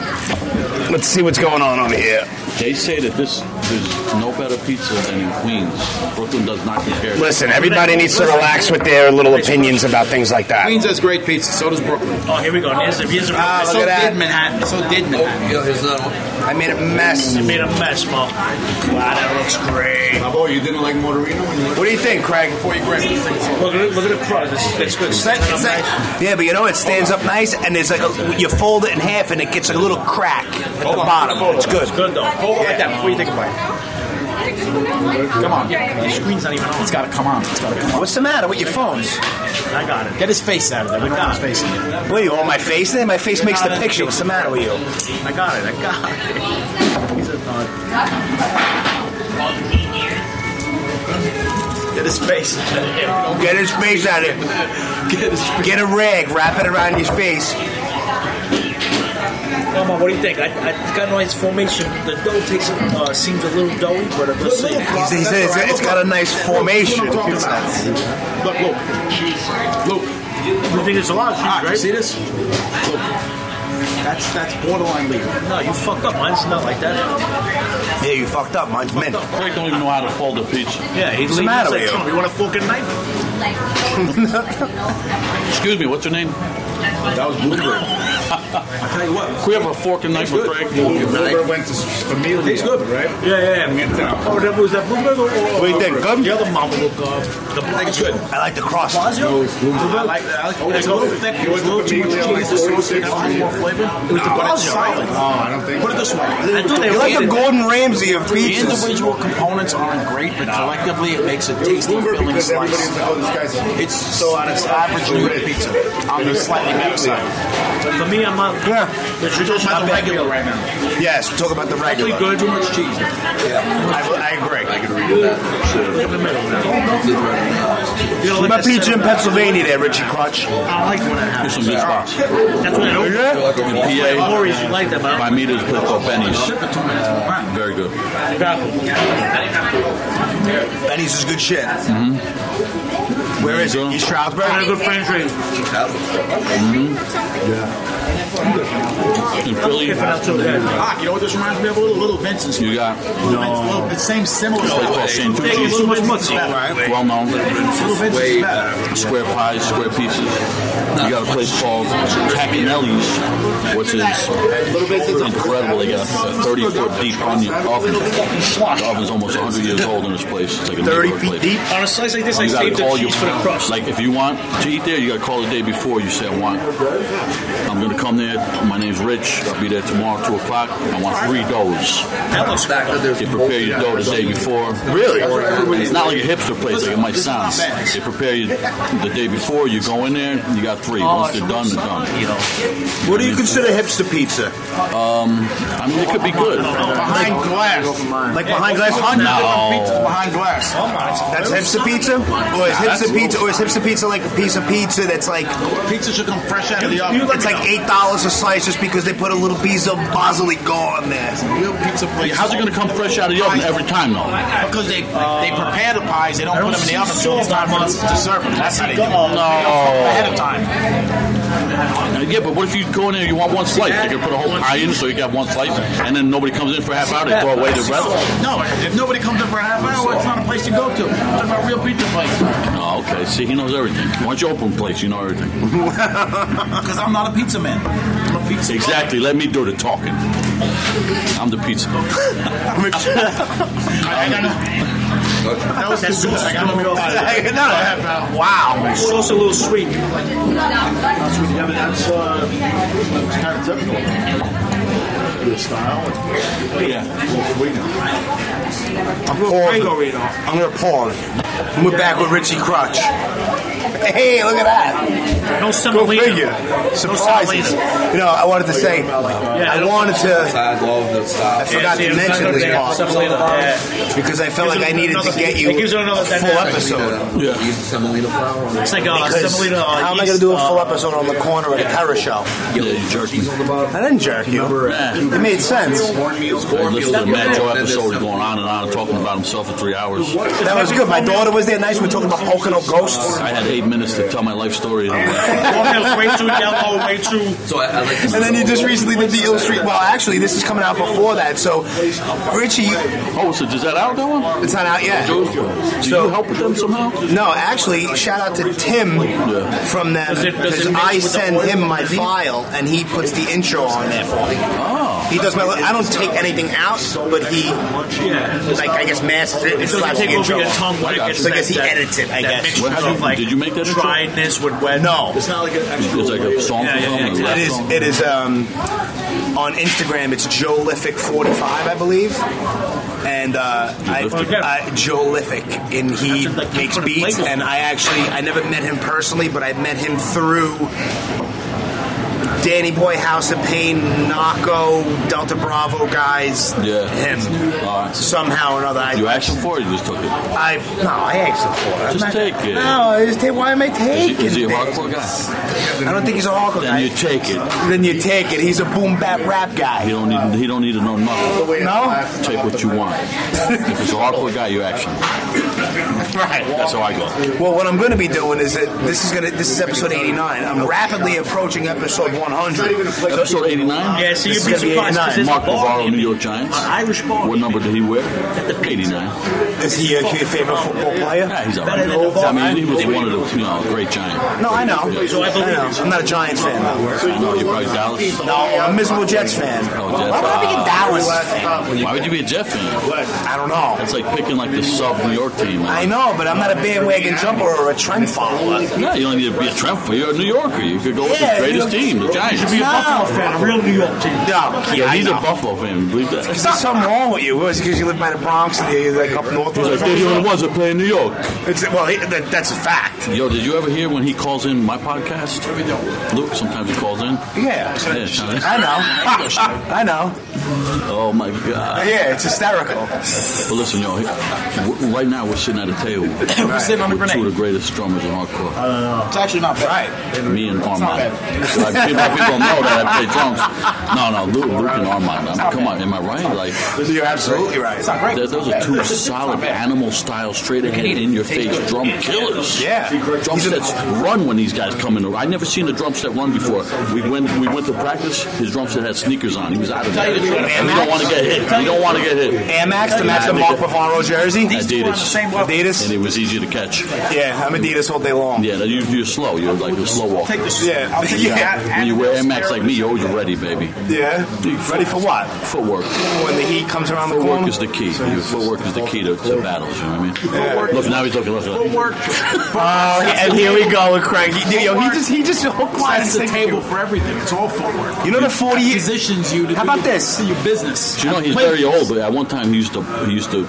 S5: Let's see what's going on over here.
S7: They say that this there's no better pizza than in Queens. Brooklyn does not compare.
S5: Listen, everybody needs to relax with their little opinions about things like that.
S9: Queens has great pizza. So does Brooklyn.
S8: Oh, here we go. Here's a, here's a
S5: Ah,
S8: mess.
S5: look
S9: so
S5: at that.
S9: did Manhattan. So did Manhattan.
S12: Yo, here's another one.
S5: I made a mess.
S8: You made a mess, Mo. Wow, that looks great.
S3: Oh, you didn't like Mortarino when you
S5: What do you think, Craig?
S8: Look at, look at the crust. It's, it's good.
S5: It's like- it's like- yeah, but you know it stands up nice, and there's like a, you fold it in half, and it gets a little crack at the bottom. It's good.
S8: Good though.
S9: Hold on like that before you take a bite. Come on.
S8: The screen's not even on.
S9: It's gotta come on. It's gotta come on.
S5: What's the matter with your phones?
S8: I got it.
S9: Get his face out of there. Look at his face in there.
S5: What are you on my face? There, my face makes the picture. What's the matter with you?
S8: I got it. I got it. He's a thought.
S5: Get his face. Get his face out of it. Get a rag, wrap it around his face.
S8: Come on, what do you think? I, I got a nice formation. The dough takes uh, seems a little doughy, but it looks like
S5: He said- he said it's- it's got a nice formation.
S9: Look, look. Look.
S8: you think it's a lot of cheese,
S9: Ah, you
S8: right?
S9: see this? Look. That's, that's borderline legal.
S8: No, you fucked up. Mine's not like that.
S5: Yeah, you fucked up. Mine's mint.
S7: Craig don't even know how to fold a pizza.
S8: Yeah, he's
S5: What's the
S8: leaving
S5: matter
S8: like
S5: with you?
S8: Trump. You want a fork and knife?
S7: Excuse me. What's your name?
S3: That was Bloomberg.
S9: I tell you what.
S7: Can we have a fork and knife with Craig?
S3: Bloomberg went to Familia,
S9: Tastes good.
S3: right?
S8: Yeah, yeah, yeah.
S3: Mientras.
S8: Oh, that was that Bloomberg or, or
S5: What do you think, good?
S8: The other mama look uh, the
S9: I think it's good.
S5: I like the crust.
S9: I like that. I
S8: Oh,
S9: like It's a little thick. It's a little too much cheese. It's so thick. It has more flavor. But it's solid.
S3: I don't think
S9: Put it this way. I
S8: thought they
S5: You're like the
S8: rated that.
S5: Gordon Ramsay of
S9: The
S5: pizzas.
S9: individual components aren't great, but collectively it makes a tasty,
S3: Bloomberg
S9: filling
S3: because everybody
S9: slice.
S3: was like, oh, this guy's
S9: It's so on its average New York pizza on the slightly better side.
S8: For me, I'm not.
S5: Yeah.
S8: The traditional
S9: Not
S8: regular.
S9: regular right now.
S5: Yes, talk about the regular.
S9: good. Too much cheese.
S5: I, I agree.
S12: I can read it that. Sure.
S8: In the middle. now.
S12: Did right
S8: You know,
S5: What
S8: like I
S5: about
S8: said,
S5: pizza in Pennsylvania there, Richie Crutch?
S8: I like when that
S7: Here's
S8: happens.
S7: some meatballs.
S8: That's when it opens.
S12: like a
S7: In PA,
S8: Warriors, you like that, but
S7: my
S8: I'm
S7: meat is cooked up Benny's. Very good.
S5: Benny's is good shit. Where is it? East
S8: a
S5: Stroudsburg?
S8: good friend drink.
S7: In Philly,
S8: If not so good.
S9: Ah, you know what this reminds me of? A little, little Vincent's.
S7: you got
S9: Little Vince- little- the same similar.
S7: place called
S8: Thank you
S7: Santucci's,
S8: so much, Mutzi.
S7: well known.
S9: Little Vincent's
S12: Way
S9: is better.
S7: Square pies, square pieces. You got a place called Tacchinelli's, which is incredible. They got a 30 foot deep onion oven. The oven's almost 100 years old in this place. It's like a
S5: 30
S7: neighborhood
S5: feet
S7: place.
S5: deep?
S8: On a slice like this, I
S7: You gotta
S8: saved the
S7: call your
S8: cheese for the crust.
S7: like if you want to eat there, you gotta call the day before. You say I want. I'm gonna come there. My name's Rich. I'll be there tomorrow, two o'clock. I want three doughs.
S8: That looks
S12: back that there's
S7: They prepare your dough the day before.
S5: Really?
S7: It's not like a hipster place like it might sound. They prepare you the day before. You go in there. You got three. Once they're done, they're done.
S8: You know,
S5: What do you consider hipster pizza?
S7: I mean, it could be good.
S8: Oh,
S9: Behind glass.
S5: Like behind glass?
S7: No.
S9: Behind glass.
S5: Oh That's hipster pizza? Or is hipster pizza or is hipster pizza like a piece of pizza that's like
S9: Pizza should come fresh out of the oven.
S5: it's like eight dollars a slice just because they put a little piece of basilico on there.
S9: real pizza place.
S7: How's it gonna come fresh out of the oven every time though?
S9: Because they they prepare the pies, they don't,
S8: I don't
S9: put them in
S8: see
S9: the oven until it's time for them to serve them. That's how they do it. Oh, Ahead of time.
S7: Yeah, but what if you go in there? You want one slice. They can put a whole pie in, so you got one slice, and then nobody comes in for a half hour. They throw away the rest.
S9: No, if nobody comes in for a half hour, it's not a place to go to. It's about real pizza place.
S7: Oh, okay. See, he knows everything. Why don't you open place? You know everything.
S9: Because I'm not a pizza man. I'm a pizza.
S7: Exactly. Let me do the talking. I'm the pizza.
S9: I got That was too good. I got no
S5: no. Wow.
S8: it's also a little sweet.
S9: That's uh, it's kind of typical.
S13: your style.
S14: Yeah.
S5: I'm pausing. I'm gonna pause. And we're back with Richie Crutch. Hey, look at that.
S8: No
S5: Go
S8: semolina.
S5: figure. Surprises. You know, I wanted to say, I wanted to.
S3: I love the
S5: I
S3: style.
S5: forgot to mention this part because I felt like I needed to get you
S8: It gives it
S5: a
S8: another
S5: full
S8: dynamic.
S5: episode.
S3: Yeah. Use the semolina flour. on it.
S8: It's like uh,
S5: Because
S8: semolina. Uh,
S5: how am I
S8: yeast,
S5: gonna do a
S8: uh,
S5: full episode on the corner of the terror show?
S7: Yeah, you jerk me.
S5: I didn't jerk you. It made sense.
S7: I listened to Matt Joe episode going on and on and talking about himself for three hours.
S5: That was good. My daughter was there. Nice. We were talking about Pocono ghosts.
S7: I had eight minutes to tell my life story. And I'm
S8: Cornmeal's uh, way too yellow, way too.
S3: So I, I like the
S5: And then you just recently did the Ill Street. Well, actually, this is coming out before that. So, Richie, you-
S7: like, oh, so is that out, that one?
S5: it's not out yet.
S7: Do you help with them somehow?
S5: No, actually, shout out to Tim from them
S8: Does it- does it
S5: because
S8: mix
S5: I
S8: with the
S5: send
S8: oil?
S5: him my file and he puts the intro on there for me. Oh. He does my. li- I don't take anything out, but he like I guess masters it and
S8: It doesn't
S5: slaps the
S8: take over
S5: intro
S8: your
S5: on.
S8: tongue when it gets
S5: So I guess he
S8: that-
S5: edits it. I
S8: that
S5: guess.
S8: mixture
S7: What happened?
S8: of like
S7: Did you make that intro?
S8: dryness with wet?
S5: No,
S13: It's not like an actual.
S7: It's like a song
S8: Yeah,
S7: or
S8: yeah,
S7: something?
S8: yeah,
S7: a
S5: it
S7: rap
S5: is.
S7: song?
S5: It is. Um, on Instagram, it's Joelific45, I believe. And uh, I, I, Joelific, and he
S8: That's like you
S5: makes
S8: put a
S5: beats.
S8: label.
S5: And I actually, I never met him personally, but I met him through Danny Boy, House of Pain, Naco, Delta Bravo guys.
S7: Yeah.
S5: Him.
S7: All right.
S5: Somehow or another, I,
S7: You asked him for it, you just took it.
S5: I no, I asked him for it. I'm
S7: Just
S5: not-
S7: take it.
S5: No, I just take. Why am I taking
S7: Is he, is he a
S5: things?
S7: hardcore guy?
S5: I don't think he's a hardcore guy.
S7: Then you take it.
S5: Then you take it. He's a boom bap rap
S7: He
S5: guy.
S7: don't need. He don't need to know nothing.
S5: No?
S7: Take what you want. if it's a hardcore guy, you action.
S5: Right.
S7: That's how I go.
S5: Well, what I'm going to be doing is that this is going to this is episode 89. I'm rapidly approaching episode 100.
S7: Episode 89.
S8: Yeah, so
S5: This
S8: you'd be
S5: is gonna be
S8: surprised. 'cause
S5: 89.
S8: there's a
S7: Mark
S8: ball
S7: Navarro,
S8: in
S7: New
S8: it.
S7: York Giants.
S8: An Irish ball.
S7: What number did he wear? 89.
S5: Is he your favorite football player?
S7: Yeah, he's all right.
S8: than the ball.
S7: I mean, he was one of the you know great Giant.
S5: No, I know. I
S7: So
S8: I believe
S5: know.
S8: it.
S5: I'm not a Giants fan though.
S7: I know you're probably Dallas.
S5: No, I'm a miserable Jets fan.
S7: Oh,
S5: Why
S7: Jets.
S5: would I be a Dallas fan?
S7: Why would you be a Jet fan?
S5: I don't know.
S7: That's like picking like the sub New York team.
S5: I know, but I'm not a bandwagon jumper or a trend follower.
S7: Yeah, you don't need to be a Trump. fan. You're a New Yorker. You could go with
S5: Yeah,
S7: the greatest
S5: you-
S7: team, the Giants.
S8: Should be a Buffalo fan, a real New York team.
S5: No,
S7: yeah,
S5: I
S7: he's a
S5: know.
S7: Buffalo fan. Believe that.
S5: Is there something wrong with you? Was it because you live by the Bronx and you're like up north?
S7: He's like, they're the only ones that play in New York.
S5: It's, well, he- that, that's a fact.
S7: Yo, did you ever hear when he calls in my podcast? Luke, sometimes he calls in.
S5: Yeah.
S7: Yeah, Sean.
S5: I know. I know.
S7: Oh my God!
S5: Yeah, it's hysterical.
S7: But listen, yo, he- w- right now we're sitting at a table
S9: We're sitting on a
S7: with two
S9: grenade. Uh,
S7: of the greatest drummers in hardcore,
S9: It's actually not bad.
S7: me and Armand.
S9: bad.
S7: So I, people, people know that I play drums. No, no, Luke, Luke and Armand. I mean, come on, am I right? Like.
S5: You're absolutely right.
S9: It's not great.
S7: th- Those are two solid animal style, straight ahead, in your face drum killers.
S5: Yeah.
S7: Drum sets run when these guys come in. the- I never seen a drum set run before. We went we went to practice. His drum set had sneakers on. He was out of there. And we don't want to get hit. We don't want to get hit.
S5: Amex to match the Mark Bavaro jersey.
S7: These two are on the same
S5: Adidas.
S7: And it was easy to catch.
S5: Yeah, I'm Adidas all day long.
S7: Yeah, you, you're slow. You're like a slow walker.
S5: Yeah. Yeah.
S7: When you wear Air Max like me, you're always ready, baby.
S5: Yeah. Ready for what?
S7: Footwork.
S5: When the heat comes around the
S7: Footwork
S5: corner.
S7: is the key. Your footwork is the key to, to battles. You know what I mean? Look, now he's looking. looking.
S9: Footwork.
S5: Oh, and here we go with Craig. Yo, he just he just hooked line
S9: That's the table for everything. It's all footwork.
S5: You know the 40
S9: It
S5: years.
S9: positions you to
S5: How
S9: do
S5: about
S9: your-
S5: this?
S9: to your business.
S7: Do you know he's very old, but at one time he used to he used to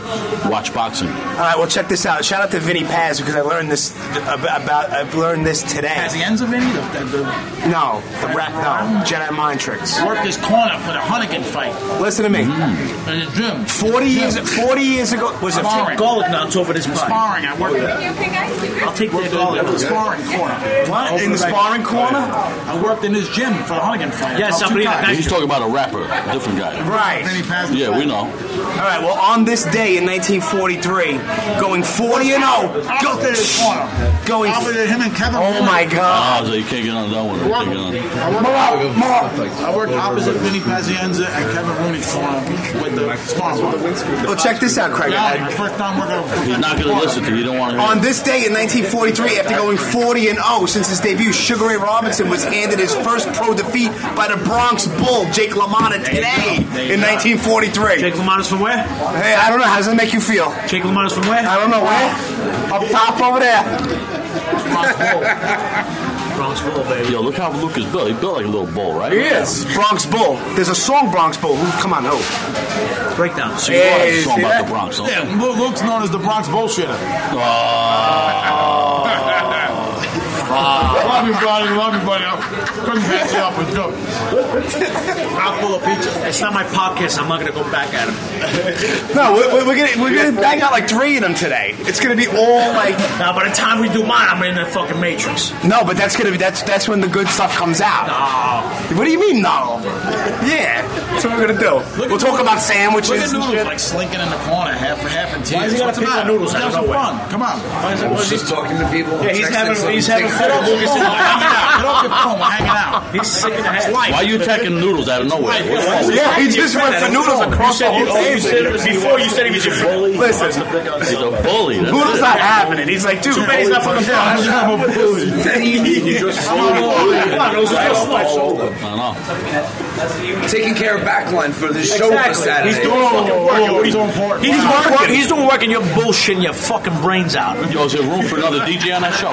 S7: watch boxing.
S5: All right, well check this out. Shout out to Vinny Paz because I learned this ab- about I've learned this today.
S9: Has the ends of any the, the, the
S5: No, the rap no Jedi mind tricks.
S9: work this corner for the Hunnigan fight
S5: Listen to me.
S9: in the gym.
S5: Forty years, forty years ago was it?
S9: Sparring.
S8: Garlic knots over this pie.
S9: Sparring. I worked in
S8: I'll take that
S9: the
S8: garlic.
S9: sparring corner.
S5: What in the sparring corner?
S9: I worked in his gym for the Hunnigan fight.
S8: Yeah,
S9: About two
S8: somebody-
S9: times.
S7: He's talking about a rapper, a different guy.
S5: Right.
S7: Yeah, we know.
S5: All right. Well, on this day in 1943, going 40 and 0, go, going.
S9: him and Kevin.
S5: Oh my God!
S7: Ah, so you can't get on that one. You can't get on.
S9: I worked opposite Vinny Pazienza and Kevin Rooney corner with the sparring.
S5: Well, check this out, Craig.
S9: Yeah, my first time working.
S7: He's not going to listen to. you. He don't want to.
S5: On
S7: Hear.
S5: this day in 1943, after going 40 and 0 since his debut, Sugar Ray Robinson was handed his first pro defeat by the Bronx Bull, Jake LaMotta, today in 1943.
S8: Jake Lamonta's from where?
S5: Hey, I don't know. How does that make you feel?
S8: Jake Lamonta's from where?
S5: eh? I don't know where. Up top over there.
S8: Bronx Bull, baby.
S7: Yo, look how Luke is built. He built like a little bull, right?
S5: Yes, Bronx Bull. There's a song Bronx Bull. Who- Come on, oh. who?
S8: Breakdown.
S7: So you want
S5: Hey,
S7: a song
S5: see
S7: about
S5: that?
S7: the Bronx? huh? Ah.
S6: Yeah, Lu- Luke's known as the Bronx bullshitter. Love you, buddy. Love you, buddy. I couldn't pass you up with joke.
S8: I'll pull a picture. It's not my podcast. I'm not gonna go back at him.
S5: No, we're, we're- we're gonna we're gonna bang out like three of them today. It's gonna be all like
S8: Now, by the time we do mine, I'm in the fucking matrix.
S5: no, but that's gonna be that's that's when the good stuff comes out.
S8: Oh,
S5: What do you mean no? Yeah, that's what we're gonna do. we'll talk
S6: Look at
S5: about sandwiches. and
S6: Noodles
S5: shit.
S6: like slinking in the corner, half and half and tears.
S8: Why is he gotta
S6: What's the
S8: pick on
S6: matter?
S8: Noodles out
S6: Have
S8: of
S6: some
S8: nowhere?
S6: fun. Come on.
S3: was just talking to people.
S8: yeah, he's
S3: texting
S8: having
S3: something,
S8: he's having
S3: taking
S8: fun.
S3: pictures.
S6: We're hanging out. Get off your phone. We're hanging out.
S8: He's sick in the head.
S7: Why are you attacking noodles out of nowhere? What's wrong with
S5: Yeah, he just went for noodles across the whole
S8: You
S5: table.
S8: said it was before you said he was your friend.
S5: Listen,
S7: you? He's a bully. That's
S5: noodles
S7: it.
S5: not having it. He's like, dude,
S8: Too bad he's not fucking friends. Come on, those are just like-
S7: I don't know.
S3: Taking care of backline for the show for Saturday.
S8: Exactly. He's doing fucking work.
S6: Whoa,
S8: He's-
S6: so important.
S8: He's doing work. He's doing work, and you're bullshitting your fucking brains out.
S7: Yo, is there room for another DJ on that show?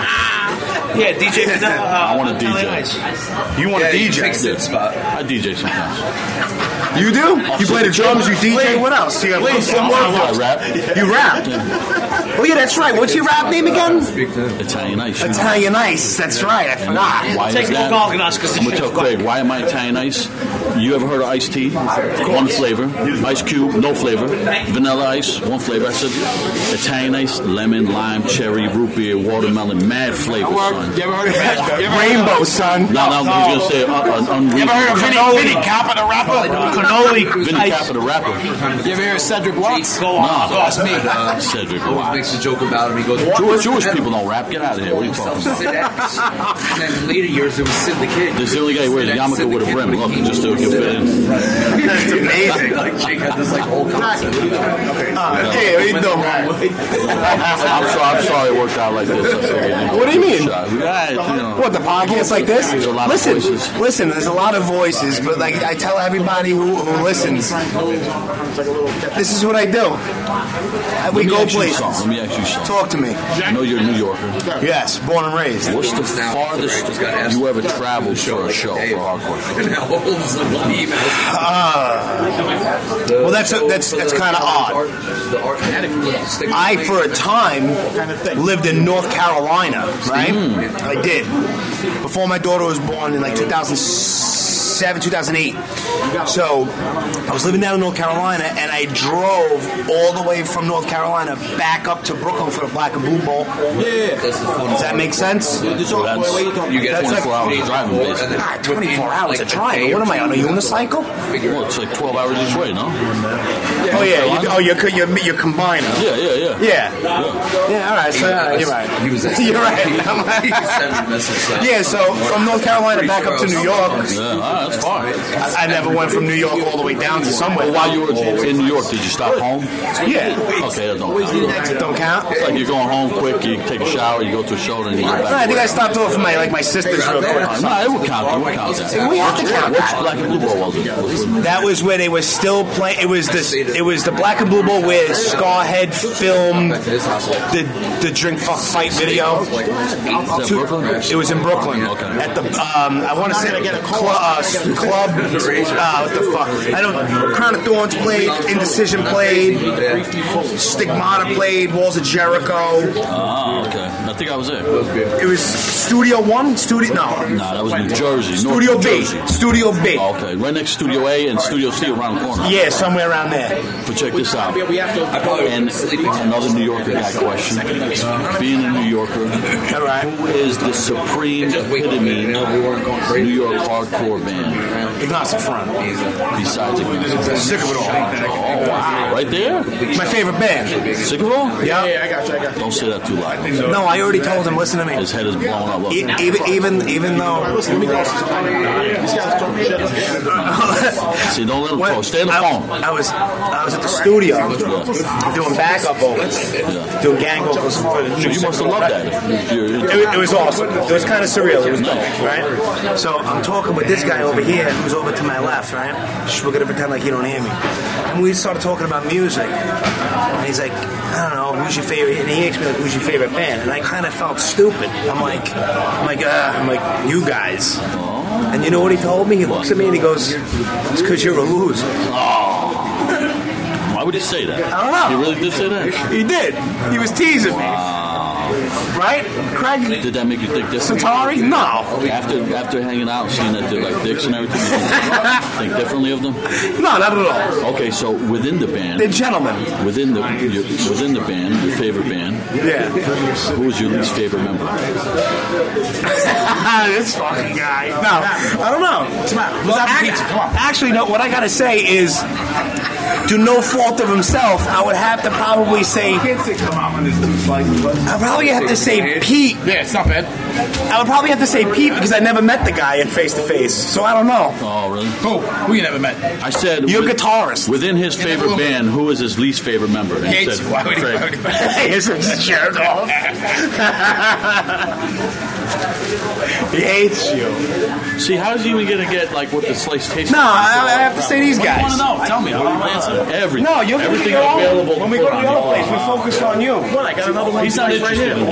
S8: Yeah, DJ. No, uh, I
S7: want a DJ.
S5: you want
S3: yeah,
S5: to
S3: he
S5: DJ?
S3: takes that spot.
S7: I DJ sometimes.
S5: You do? You play the drums, you DJ, what else? You got some
S7: I don't know how
S5: work.
S7: to rap.
S5: You rap. Oh yeah, that's right. What's your rap name again?
S7: Italian ice.
S5: Italian Ice. That's right. I forgot.
S7: Why is
S8: Take a
S7: that?
S8: look at us, 'cause this
S7: I'm gonna
S8: shit's
S7: tell Craig why am I Italian ice? You ever heard of iced tea? One flavor. Ice cube, no flavor. Vanilla ice, one flavor. I said Italian ice, lemon, lime, cherry, root beer, watermelon, mad flavor. Son.
S6: You ever heard of You ever heard of-
S5: Rainbow, son.
S7: No, no, I was gonna say uh,
S6: You
S7: uh,
S6: ever heard
S7: unreasonable.
S6: of Vinny, Vinny Capa the rapper?
S8: Cannoli.
S7: Vinny Cappa, the rapper.
S6: You ever hear of Cedric Watts?
S8: Go on.
S7: Nah,
S6: That's me.
S7: Cedric
S3: Always
S7: Watts.
S3: makes a joke about him. He goes,
S7: Jewish, Jewish people don't rap. Get out of here. What are you talking about?
S3: Sid X. And then later years, it was Sid the Kid.
S7: This is the only guy who wears a
S3: Sid X, Sid
S7: yarmulke
S3: the
S7: with a
S3: Kid,
S7: brim.
S3: but
S7: Look,
S3: he-
S7: just so it can
S3: Sid
S7: fit
S3: X.
S7: in.
S5: That's amazing.
S3: Like Jake had this like whole concept.
S5: Uh, hey, what you doing?
S7: I'm sorry, I'm sorry it worked out like this. I figured, know,
S5: What do you mean?
S7: shot. We got it, you know.
S5: What the podcast like this?
S7: There's a lot of
S5: listen,
S7: voices.
S5: listen. There's a lot of voices, but like I tell everybody who, who listens, this is what I do. I- We
S7: Let me
S5: go
S7: ask you something.
S5: places.
S7: Let me ask you something.
S5: Talk to me.
S7: I know you're a New Yorker.
S5: Yes, born and raised.
S7: What's the farthest you ever traveled for a show for hardcore?
S3: And now Holmes like the emails.
S5: Uh, Well, that's that's that's kind of odd.
S3: The art kinetic.
S5: I, for a time, lived in North Carolina, right?
S3: Hmm.
S5: I did. Before my daughter was born in like 2007, 2008. So I was living down in North Carolina and I drove all the way from North Carolina back up to Brooklyn for the Black and Blue Bowl.
S3: That's the fun.
S5: Does that make sense?
S7: That's, you get
S5: That's like-
S7: 24 hours of driving, basically.
S5: Ah, 24 hours of driving. What am I on a unicycle?
S7: Well, it's like 12 hours each way, no?
S5: Oh yeah. You, oh, you're you're, you're combining.
S7: Yeah, yeah, yeah.
S5: Yeah. Yeah. All right. So yeah, you're right.
S3: He was at-
S5: You're
S3: He
S5: right.
S3: sent me a message. so-
S5: yeah. So from North Carolina back up to New York.
S7: Yeah, all right, that's far.
S5: I, I never went from New York all the way down to somewhere.
S7: Well, while you were in New York, did you stop home?
S5: Yeah.
S7: Okay, that don't count.
S5: It don't count.
S7: It's like you're going home quick, you take a shower, you go to a show, then you go
S5: No, I
S7: back. to
S5: think I
S7: work.
S5: stopped off my like my sister's real quick.
S7: No, it would count. It would count that.
S5: We have to count
S7: Which
S5: that.
S7: Black and Blue Bowl was it? Was it-
S5: That was where they were still playing. It was this. It was the Black and Blue Bowl where Scarhead filmed the the drink fuck fight video.
S7: was that Brooklyn?
S5: It was in Brooklyn.
S7: Okay.
S5: At the um, I want to say get a club. Uh, s- club uh, what the fuck? I don't. Crown of Thorns played. Indecision played. Stigmata played. Walls of Jericho.
S7: Ah, okay. I think I was there. No,
S5: It was Studio One. Studio no.
S7: that was New Jersey.
S5: Studio
S7: North New
S5: B.
S7: Jersey.
S5: Studio B.
S7: Oh, okay, right next to Studio A and Studio C around the corner.
S5: Yeah, somewhere around there.
S7: But check this out. And another New Yorker guy question. Being a New Yorker,
S5: All right.
S7: who is the supreme epitome of New York hardcore band
S5: Ignacio Front.
S7: besides Ignacio?
S5: Sick of it all.
S7: Oh, wow. Right there?
S5: My favorite band.
S7: Sycamore?
S5: Yeah.
S9: I got you. I got you.
S7: Don't say that too loud.
S5: No, I already told him. Listen to me.
S7: His head is blown up. Look.
S5: E- Even even even though.
S9: Let me go. This guy's talking shit.
S7: See, don't let him
S5: When-
S7: talk. Stay on the
S5: I,
S7: phone.
S5: I was I was at the studio doing backup vocals, doing gang vocals for the
S7: So
S5: new
S7: you must have
S5: single,
S7: loved
S5: right?
S7: that. If you're-
S5: It, wa- it was awesome. It was kind of surreal. It was cool, right? So I'm talking with this guy over here, who's over to my left, right? Shh, We're gonna pretend like you don't hear me. And we started talking about music, And he's like, I don't know, who's your favorite? And he asked me like, who's your favorite band? And I kind of felt stupid. I'm like, I'm like, uh, I'm like, you guys. And you know what he told me? He looks at me and he goes, "It's because you're a loser."
S7: Why would he say that?
S5: I don't know.
S7: He really did say that.
S5: He did. He was teasing me, right? Craig
S7: Did that make you think differently?
S5: Satari? No,
S7: After after hanging out, seeing that they're like dicks and everything, you think- think differently of them.
S5: no, not at all.
S7: Okay, so within the
S5: They're
S7: band,
S5: gentlemen.
S7: within the your, within the band, your favorite band,
S5: Yeah.
S7: who was your least favorite member?
S5: this fucking guy. No, I don't know.
S9: Come on,
S5: Well,
S9: let's have
S5: ac-
S9: pizza. Come on.
S5: Actually, no. What I gotta say is, to no fault of himself, I would have to probably say. I probably have to say Pete.
S9: Yeah, it's not bad.
S5: I would probably have to say Pete because I never met the guy in face to face, so I don't know.
S7: Oh, really?
S9: Who? Who you never met?
S7: I said
S5: Your
S7: with-
S5: guitarist.
S7: within his favorite band, who is his least favorite member? And he
S9: Gates.
S7: said,
S9: Why would he?
S7: Craig.
S9: Why would he?
S5: He's a jerk off. he hates you.
S7: See, how is he even gonna get like what the slice tastes?
S5: No,
S7: like?
S5: I, I have to say these
S9: I
S5: guys.
S9: want to know. Tell me. I'll answer.
S7: Everything.
S5: No, you're gonna be
S7: everything
S5: your own.
S7: available.
S5: When we
S7: to
S5: go
S7: put
S5: to the
S7: on
S5: other
S7: your-
S5: place, we focused on you. What? I got another one.
S7: He's not interested. in it.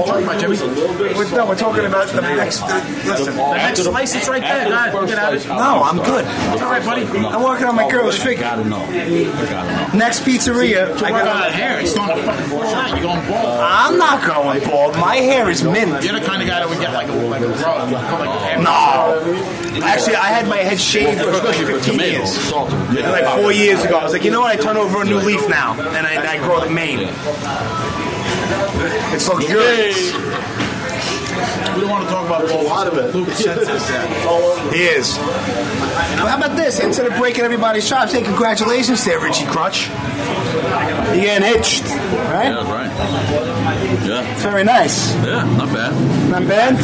S5: We're, no, we're talking about the next. listen, the next slice is right there. God, get out of No, I'm good. All right, buddy. I'm working on my girl's
S7: I
S5: figure.
S7: gotta know. I gotta know.
S5: Next pizzeria. I
S9: Work on
S5: got
S9: that hair. It's not a fucking full shot. You're going bald.
S5: I'm not going bald. My hair is mint.
S9: You're the kind of guy that would get like a like a rug. Like, come like a hair.
S5: No. Actually, I had my head shaved for like
S7: Especially for
S5: 15
S7: tomato,
S5: years.
S7: salt.
S5: And like four years ago, I was like, you know what? I turn over a new leaf now, and I, I grow the mane. It's luxurious.
S9: We don't want to talk about bald. A lot of it. Luke said that.
S5: He is. Well, how about this? Instead of breaking everybody's chops, hey, congratulations there, Richie Crutch. You getting hitched,
S7: Yeah,
S5: right?
S7: that's right. Yeah,
S5: Very nice.
S7: yeah, not bad.
S5: Not bad.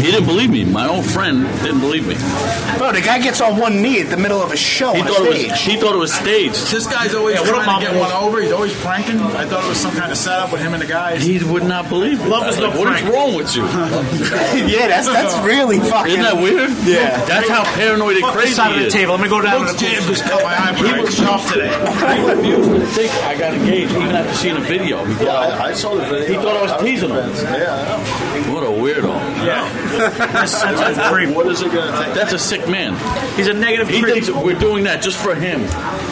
S7: He didn't believe me. My old friend didn't believe me. He
S5: Bro, the guy gets on one knee at the middle of a show on
S7: thought it
S5: stage.
S7: was. He thought it was staged.
S9: This guy's always
S8: Yeah, what a
S9: trying to get
S8: mama.
S9: one over. He's always pranking. I thought it was some kind of setup with him and the guys.
S7: He would not believe. me.
S8: Love is
S7: I was
S8: no
S7: like, What is
S8: prank.
S7: wrong with you?
S5: yeah, that's that's really fucking.
S7: Isn't that weird?
S5: Yeah.
S7: That's how paranoid and
S8: Fuck this
S7: crazy
S8: side of
S7: he
S8: the
S7: is.
S8: table. Let me go down to
S9: Luke's jam
S8: the
S9: just cut my eyebrow. He was tough today.
S7: I refused to think I got engaged even after seeing a video. He,
S15: I saw the video.
S7: he thought I was teasing him.
S15: Yeah.
S7: What a weirdo.
S8: sensitive creep.
S15: What is it going to
S7: That's a sick man.
S8: He's a negative
S7: He
S8: creep.
S7: thinks we're doing that just for him.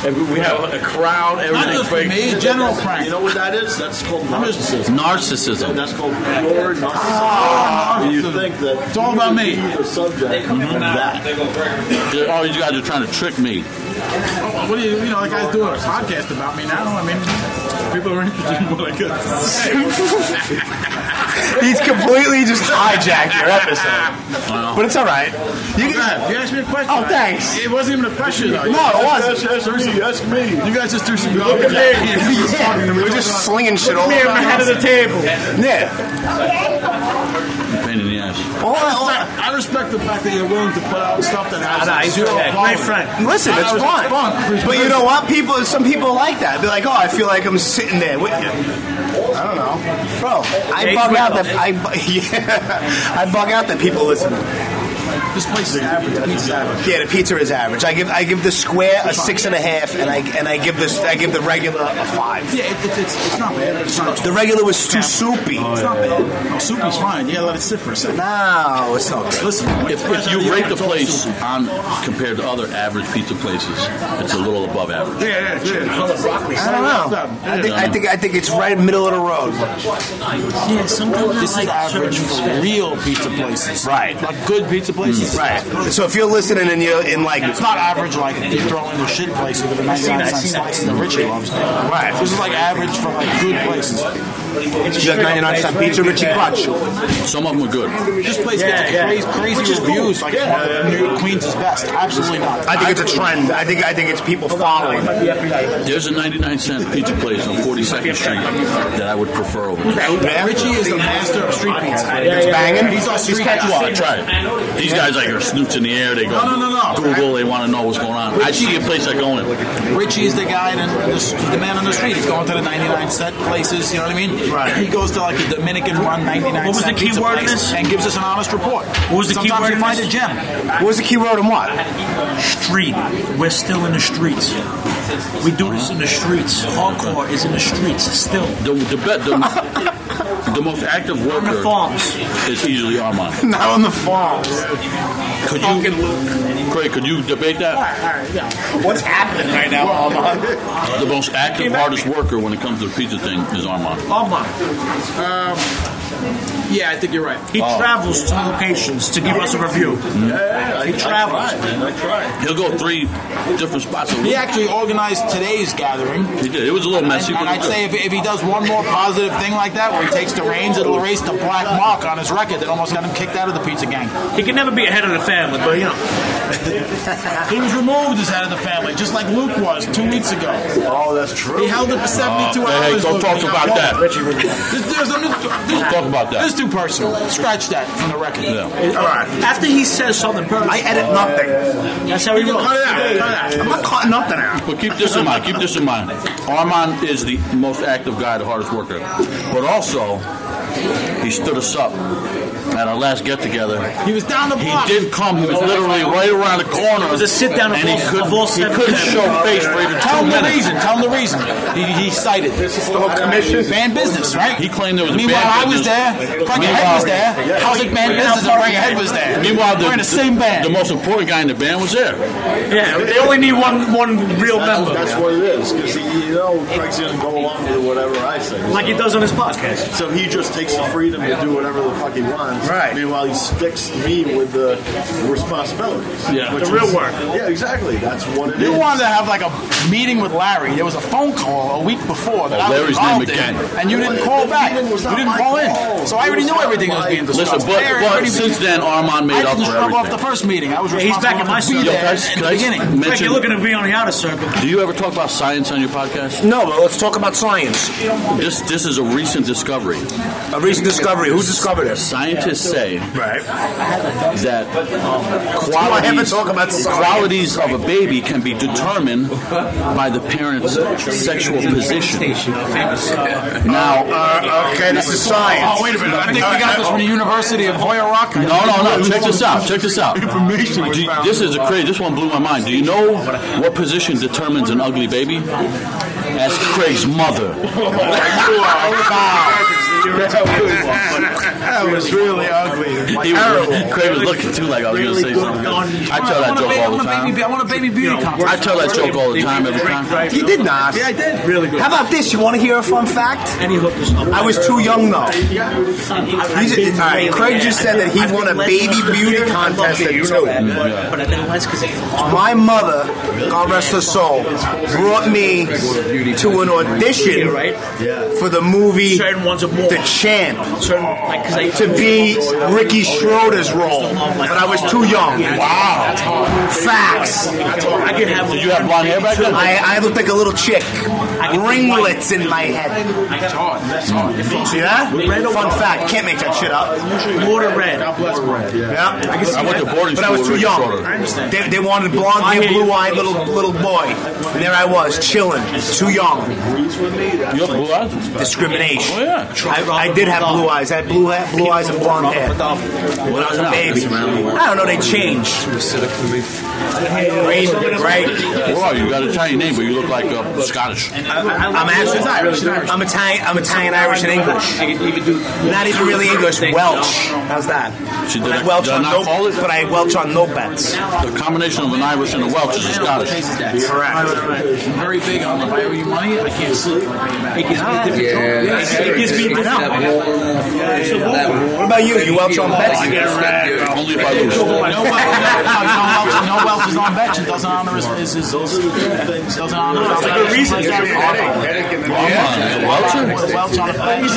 S7: And we- we have a crowd,
S9: Not
S7: everything
S9: just for me.
S7: fake.
S9: General
S15: take?
S9: prank.
S15: You know what that is? That's called narcissism.
S7: Narcissism.
S15: That's called pure narcissism.
S9: Ah.
S15: When you think that
S9: It's all about me.
S15: you the subject of that.
S7: They're- Oh, you guys are trying to trick me.
S9: What do you, you know, the guy's doing a podcast about me now. I mean, people are interested in what I got to say.
S5: He's completely just hijacked your episode. But it's all right. You
S9: You
S5: can,
S9: asked me a question.
S5: Oh, thanks.
S9: It wasn't even a question, though.
S5: no, it wasn't.
S15: That's, that's me. That's me.
S9: You guys just threw some garbage.
S5: Look at me. We We're just slinging shit all
S8: Here,
S5: over.
S8: I'm ahead of the table.
S5: Yeah.
S7: Pain in the ass.
S5: All I- all I-
S9: I respect the fact that you're willing to put out stuff that has
S5: Nah, nah,
S9: like
S5: he's
S9: zero
S5: okay.
S8: My
S9: quality.
S8: friend.
S5: Listen,
S9: I
S5: it's
S9: thought it
S5: fun.
S9: was fun.
S5: But you know what? People, some people like that. They're like, "Oh, I feel like I'm sitting there with you." I don't know, bro. I
S8: Yeah,
S5: bug
S8: he's
S5: out
S8: with
S5: that I, bu- yeah, I bug out that people listen.
S9: This place is average. That means it's average.
S5: Yeah, the pizza is average. I give I give the square a six and a half, and I and I give this I give the regular a five.
S9: Yeah, it, it, it's, it's not bad. It's not,
S5: The regular was too soupy.
S9: it's not bad. No, soupy's fine. You gotta let it sit for a second.
S5: No, it's not good.
S9: Listen,
S7: If, if you rate the place on compared to other average pizza places, it's a little above average.
S9: Yeah, yeah, yeah.
S5: I don't know. I think I think I think it's right middle of the road.
S8: Yeah, sometimes
S9: This
S8: I
S9: is
S8: like certain
S9: average for real pizza places.
S5: Right.
S9: Like good pizza places.
S8: Mm.
S5: Right. So if you're listening and you're in like
S9: It's not average like they throw in the shit places with the 99 cent slices that Richie loves.
S5: Right.
S9: This is like average for like good places.
S5: you like 99 cent pizza, Richie Crutch.
S7: Some of them are good.
S9: This place
S8: Yeah,
S9: gets
S8: yeah.
S9: crazy, crazy reviews. Like it's one of the New York Queens is best. Absolutely not.
S5: I think it's a trend. I think I think it's people following.
S7: There's a 99 cent pizza place on 42nd Street that I would prefer over. there.
S9: Richie is the master of street pizza.
S5: It's banging.
S9: He's our street
S7: You
S9: guy.
S7: ought to try it. These guys like are snoots in the air. They go
S9: No, no, no, no.
S7: Google. They want to know what's going on. I see a place I go in.
S9: Richie is the guy, and the, the man on the street. He's going to the 99 cent places. You know what I mean?
S5: Right.
S9: He goes to like a Dominican run 99
S8: What was
S9: cent
S8: the key
S9: pizza
S8: word in
S9: place
S8: this?
S9: And gives us an honest report. What
S8: was the key
S9: Sometimes
S8: word
S9: you
S8: in
S9: find
S8: this?
S9: a gem.
S5: What was the key word and what?
S8: street. We're still in the streets. We do this in the streets. Hardcore is in the streets still.
S7: The, the, bet the, the most active worker
S8: the farms.
S7: is easily Armand.
S5: Not on the farms.
S7: Could you, Craig, could you debate that?
S5: What's happening right now, Armand?
S7: The most active, hardest worker when it comes to the pizza thing is Armand.
S8: Armand,
S9: Yeah, I think you're right.
S8: he travels to locations to give us a review. He travels.
S7: He'll go three different spots.
S9: He actually organized today's gathering.
S7: He did. It was a little messy.
S9: And
S7: but
S9: I'd
S7: good.
S9: say if, if he does one more positive thing like that, where he takes the reins, it'll erase the black mark on his record that almost got him kicked out of the pizza gang.
S8: He can never be ahead of the family, but you know.
S9: He was removed as head of the family, just like Luke was two weeks ago.
S15: Oh, that's true.
S9: He held it for 72
S7: Oh, hey,
S9: hours.
S7: don't
S9: Luke.
S7: talk
S9: He got
S7: about
S9: one.
S7: that.
S9: Richie, Richie. This, there's, I'm just- this-
S7: Don't talk about that.
S9: This is too personal. Scratch that from the record.
S7: Yeah.
S5: All right.
S8: After he says something personal,
S5: I edit nothing.
S8: that's how he looks.
S5: Cut it out. Cut it out. I'm not cutting nothing out.
S7: But keep this in mind. Keep this in mind. Armand is the most active guy, the hardest worker. But also, he stood us up at our last get together.
S9: He was down the
S7: He
S9: block.
S7: did come. He was literally right around the corner. It
S8: was a sit-down of
S7: and he
S8: all-
S7: couldn't,
S8: of all
S7: he
S8: seven
S7: couldn't
S8: men.
S7: show face for even
S9: Tell
S7: two
S9: him the
S7: minutes.
S9: reason. Tell him the reason. He, he cited this.
S5: The whole commission.
S9: Banned business, right?
S7: He claimed there was a
S9: Meanwhile,
S7: band
S9: I was there. Frank Head was there. How's it banned business? And Frank Head was there.
S7: Meanwhile, the,
S9: we're in the same band.
S7: the most important guy in the band was there.
S8: Yeah, they only need one one real member,
S15: That's what it is, because you know Craig's gonna go along with whatever I say.
S8: like he does on his podcast.
S15: So he just takes the freedom to do whatever the fuck he wants.
S5: Right.
S15: Meanwhile, he sticks me with the responsibilities.
S7: Yeah.
S15: which
S8: The real
S15: is-
S8: work.
S15: Yeah, exactly. That's what it is.
S9: You wanted to have like a meeting with Larry. There was a phone call a week before that
S7: Oh,
S9: I was
S7: Larry's
S9: involved
S7: name
S9: in,
S7: again.
S9: and you didn't call back. You
S15: meeting was not
S9: didn't
S15: my
S9: call in,
S15: call.
S9: so I already knew everything that was being discussed.
S7: Listen, but,
S9: Larry
S7: but
S9: already-
S7: since then, Armand made
S9: I
S7: up
S9: didn't
S7: for
S9: scrub off the
S7: everything.
S9: first meeting. I was
S8: he's
S9: responsible
S8: back in my
S9: enough to be
S8: circle.
S7: Yo,
S9: there
S7: can I, s-
S9: in
S7: can
S9: the
S7: I s-
S9: beginning.
S8: Like you're
S7: mention?
S8: looking to be on the outer circle.
S7: Do you ever talk about science on your podcast?
S5: No, but let's talk about science.
S7: This this is a recent discovery.
S5: A recent discovery. Who discovered this?
S7: Scientists say
S5: Right.
S7: that um,
S5: I haven't
S7: qualities,
S5: talked about science.
S7: qualities of a baby can be determined by the parent's sexual position. Now,
S5: Uh, okay, this is science.
S9: Oh wait a minute! I think we got this from the University of Hoya Rock.
S7: no, no, no. Check this out. Check this out. Do you- this is a crazy. This one blew my mind. Do you know what position determines an ugly baby? Ask Craig's mother.
S5: That was really ugly.
S7: He was, Craig was looking too like I was going to say something. good. I tell that joke all the time.
S9: I want a baby beauty contest.
S7: I tell that joke all the time, every time.
S5: You did not. Yeah, I did. Really good. How about this? You want to hear a fun fact?
S8: And he hooked us up.
S5: I was too young though. He's- all right, Craig just said that he won a baby beauty contest at two.
S8: But I know that's because
S5: My mother, God rest her soul, brought me to an audition
S8: right?
S5: for the movie
S8: Certain ones are more.
S5: The Champ
S8: Certain, like, cause I,
S5: to be Ricky Schroeder's role, but I was too young. Wow. Facts.
S8: I could have.
S7: Did you have blonde hair back then?
S5: I, I looked like a little chick. Ringlets in my head.
S8: That's hard. That's
S5: See that? Fun fact. Can't make that shit up.
S8: Water red.
S5: Yeah.
S7: I went to boarding
S5: But
S7: school
S5: I was
S7: with
S5: too
S7: Rick
S5: young.
S7: Schroeder.
S5: They, they wanted blonde hair, blue eyed little little boy. And there I was, chilling, too young.
S7: You have blue eyes?
S5: Discrimination.
S7: Oh, yeah.
S5: I, I did have blue eyes. I had blue, ha- blue eyes and blonde hair when I was a baby. I don't know. They changed. Green, right?
S7: Wow, you got an Italian name, but you look like uh, Scottish.
S5: I'm actually I'm Italian. I'm Italian, Irish, and English. Not even really English. Welsh. How's that?
S7: See, did
S5: But
S7: I-
S5: I Welsh
S7: did I
S5: on
S7: not
S5: no.
S7: call it?
S5: But I Welsh on no bets.
S7: The combination of an Irish and a Welsh is a Scottish.
S5: Correct.
S9: I'm very big on if I owe you money, I can't sleep. I can't sleep.
S3: Yeah, that's
S9: It gives me-
S3: It's that warm- that warm-
S5: What about you? You Welsh on bets?
S7: Only if I lose.
S9: No Welsh, no Welsh is on bench and doesn't honor his, his, his, his doesn't honor his.
S8: That's a good reason.
S7: Armand, a Welcher?
S9: Welch on a bench.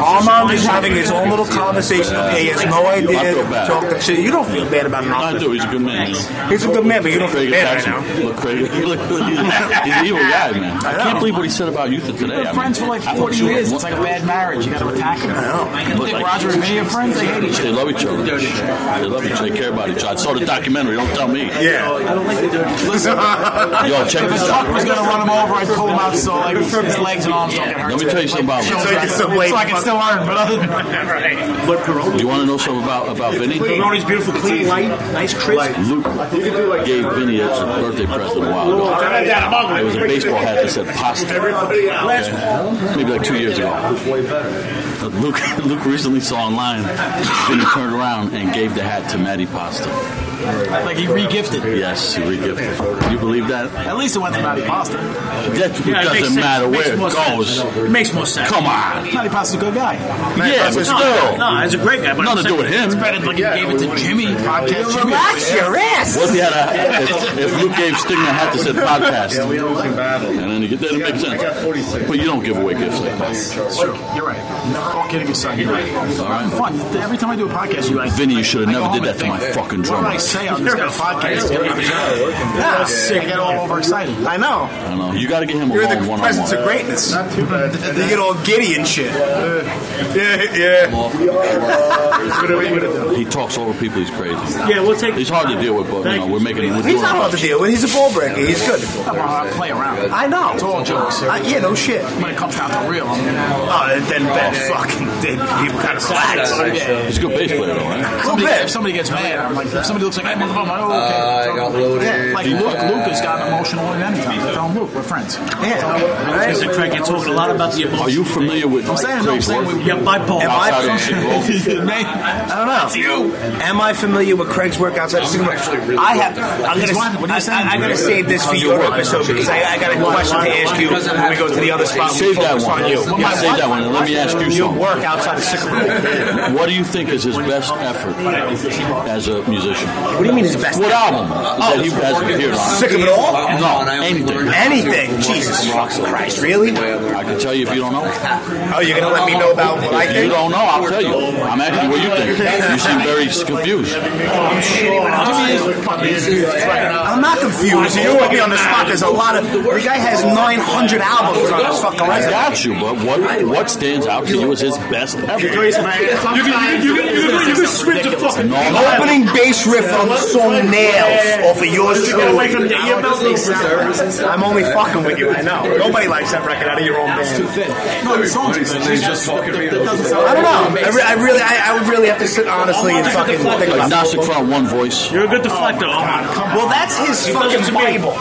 S5: Armand is having his own little conversation. Okay, he has no idea.
S7: I feel bad.
S5: Talk that shit. You don't feel bad about
S7: I
S5: nothing.
S7: do. He's a good man. You know.
S5: He's a good man, but you don't feel
S7: Craig
S5: bad
S7: attacks
S5: right now.
S7: him. Look, Craig, look, look, he's, he's an evil guy, man. I
S5: know.
S7: can't believe what he said about Utah today. I mean,
S9: Friends for like 40 years. It's like a bad marriage. You got to attack it. I know. think Roger and me are friends. They hate each
S7: They
S9: other.
S7: love each other. They love each other. They care about each other. I saw the documentary. Don't tell me.
S1: Yeah.
S9: I don't like the dirty. Listen,
S7: Yo, check
S9: if a
S7: this
S9: truck
S7: out.
S9: was gonna run him over, I'd pull him out so like his legs and arms don't get hurt.
S7: Let me tell you something about
S1: So
S7: him.
S1: you can still
S9: So
S1: wait.
S9: I can still earn, but other than that,
S15: But Peroni,
S7: You want to know something about, about Vinny?
S8: Pepperoni's beautiful, clean, light, nice crisp.
S7: Luke gave Vinny as a birthday present a while ago. It was a baseball hat that said pasta. Okay. Maybe like two years ago. But Luke, Luke recently saw online, Vinny turned around and gave the hat to Matty Pasta.
S9: like he regifted.
S7: Yes, he regifted. You believe that?
S9: At least it went to Matty Pasta.
S7: That
S8: Yeah, it makes
S7: doesn't
S8: sense.
S7: matter
S8: Makes
S7: where
S8: more
S7: it
S8: sense.
S7: goes.
S8: It makes more sense.
S7: Come on.
S9: Matty Pasta's a good guy.
S7: Yeah, but
S8: No,
S7: still.
S8: no, he's a great guy. But
S7: Nothing to do with him.
S8: It's better than like he gave it to Jimmy. Podcast Jimmy.
S16: your ass.
S7: What if he had a if, if Luke gave Sting a hat that said podcast?
S15: we are losing battle.
S7: And then you get that, it makes sense. But you don't give away gifts like that.
S9: Like, you're right. All kidding aside, you're right.
S7: All right.
S9: Fun. Every time I do a podcast, you like.
S7: Vinny, you should
S9: I
S7: have
S9: go
S7: never
S9: home
S7: did that
S9: and
S7: to my
S9: think,
S7: fucking
S9: What did
S7: drummer.
S9: I say on this podcast? Yeah, sick. I get all overexcited.
S5: I know.
S7: I don't know. You got to get him
S5: You're in
S7: along
S5: the
S7: one on
S5: presence of
S7: one.
S5: greatness. They get all giddy and shit. yeah, yeah.
S7: He talks over people. He's crazy.
S8: Yeah, we'll take.
S7: He's hard to deal with, but you know we're making. We're doing
S5: He's not hard to deal with. He's a ball breaker. He's good.
S9: I play around.
S5: I know.
S9: It's all jokes.
S5: I, yeah, no shit.
S9: When it comes down to real, I'm
S5: Oh, and then Ben fucking did. He kind of slacked.
S9: yeah.
S7: He's a good bass player, though, right?
S9: Somebody,
S5: bit.
S9: if somebody gets mad, I'm like, if somebody looks like, hey, motherfucker, I'm like, oh, okay.
S3: I got loaded.
S9: Like Luke, Luke has gotten emotional at any time. I tell him, Luke, we're friends.
S5: Yeah.
S8: Mr. Craig, you're talking a lot about the
S7: Are
S8: emotions.
S7: you familiar with
S9: I'm saying, no, I'm
S7: Craig
S9: saying
S7: Worth?
S9: we-
S8: You're bipolar.
S5: Am I-
S7: Outside of Chicago?
S5: I
S9: Man,
S5: don't know. Am I familiar with Craig's work outside the cinema? I have. I'm gonna.
S9: one. What are you saying?
S5: I, am gonna save this for your episode because I, I got a question to ask you when we go to the other spot. We
S7: Save that
S5: focus
S7: one.
S5: on you.
S7: Yeah, save that one. And let me ask you
S5: Your
S7: something.
S5: work outside the cinema.
S7: What do you think is his best effort as a musician?
S5: What do you mean his best? Oh,
S7: What album that he has appeared on?
S5: Sick of it all?
S7: No, anything.
S5: Anything? Jesus fucking Christ! Really?
S7: I can tell you if you don't know.
S5: Oh, you're gonna let me know about what I
S7: If you
S5: think?
S7: don't know, I'll tell you. I'm asking what you think. You seem very confused.
S5: I'm not confused. You put me on the spot. There's a lot of. The guy has 900 albums on his fucking
S7: I
S5: resume.
S7: got you, but what what stands out to you is his best effort. No, no.
S5: Opening bass riff on "Song Nails" off of yours truly. I'm only fucking with you. I know. Nobody likes that record out of your own band.
S9: no, the song's good. It's just fucking
S5: I don't know. I, re- I really, I, I would really have to sit honestly
S9: Oh
S5: and fucking think about that.
S7: Agnostic Front, one voice.
S8: You're a good deflector.
S5: Well, that's his fucking Bible.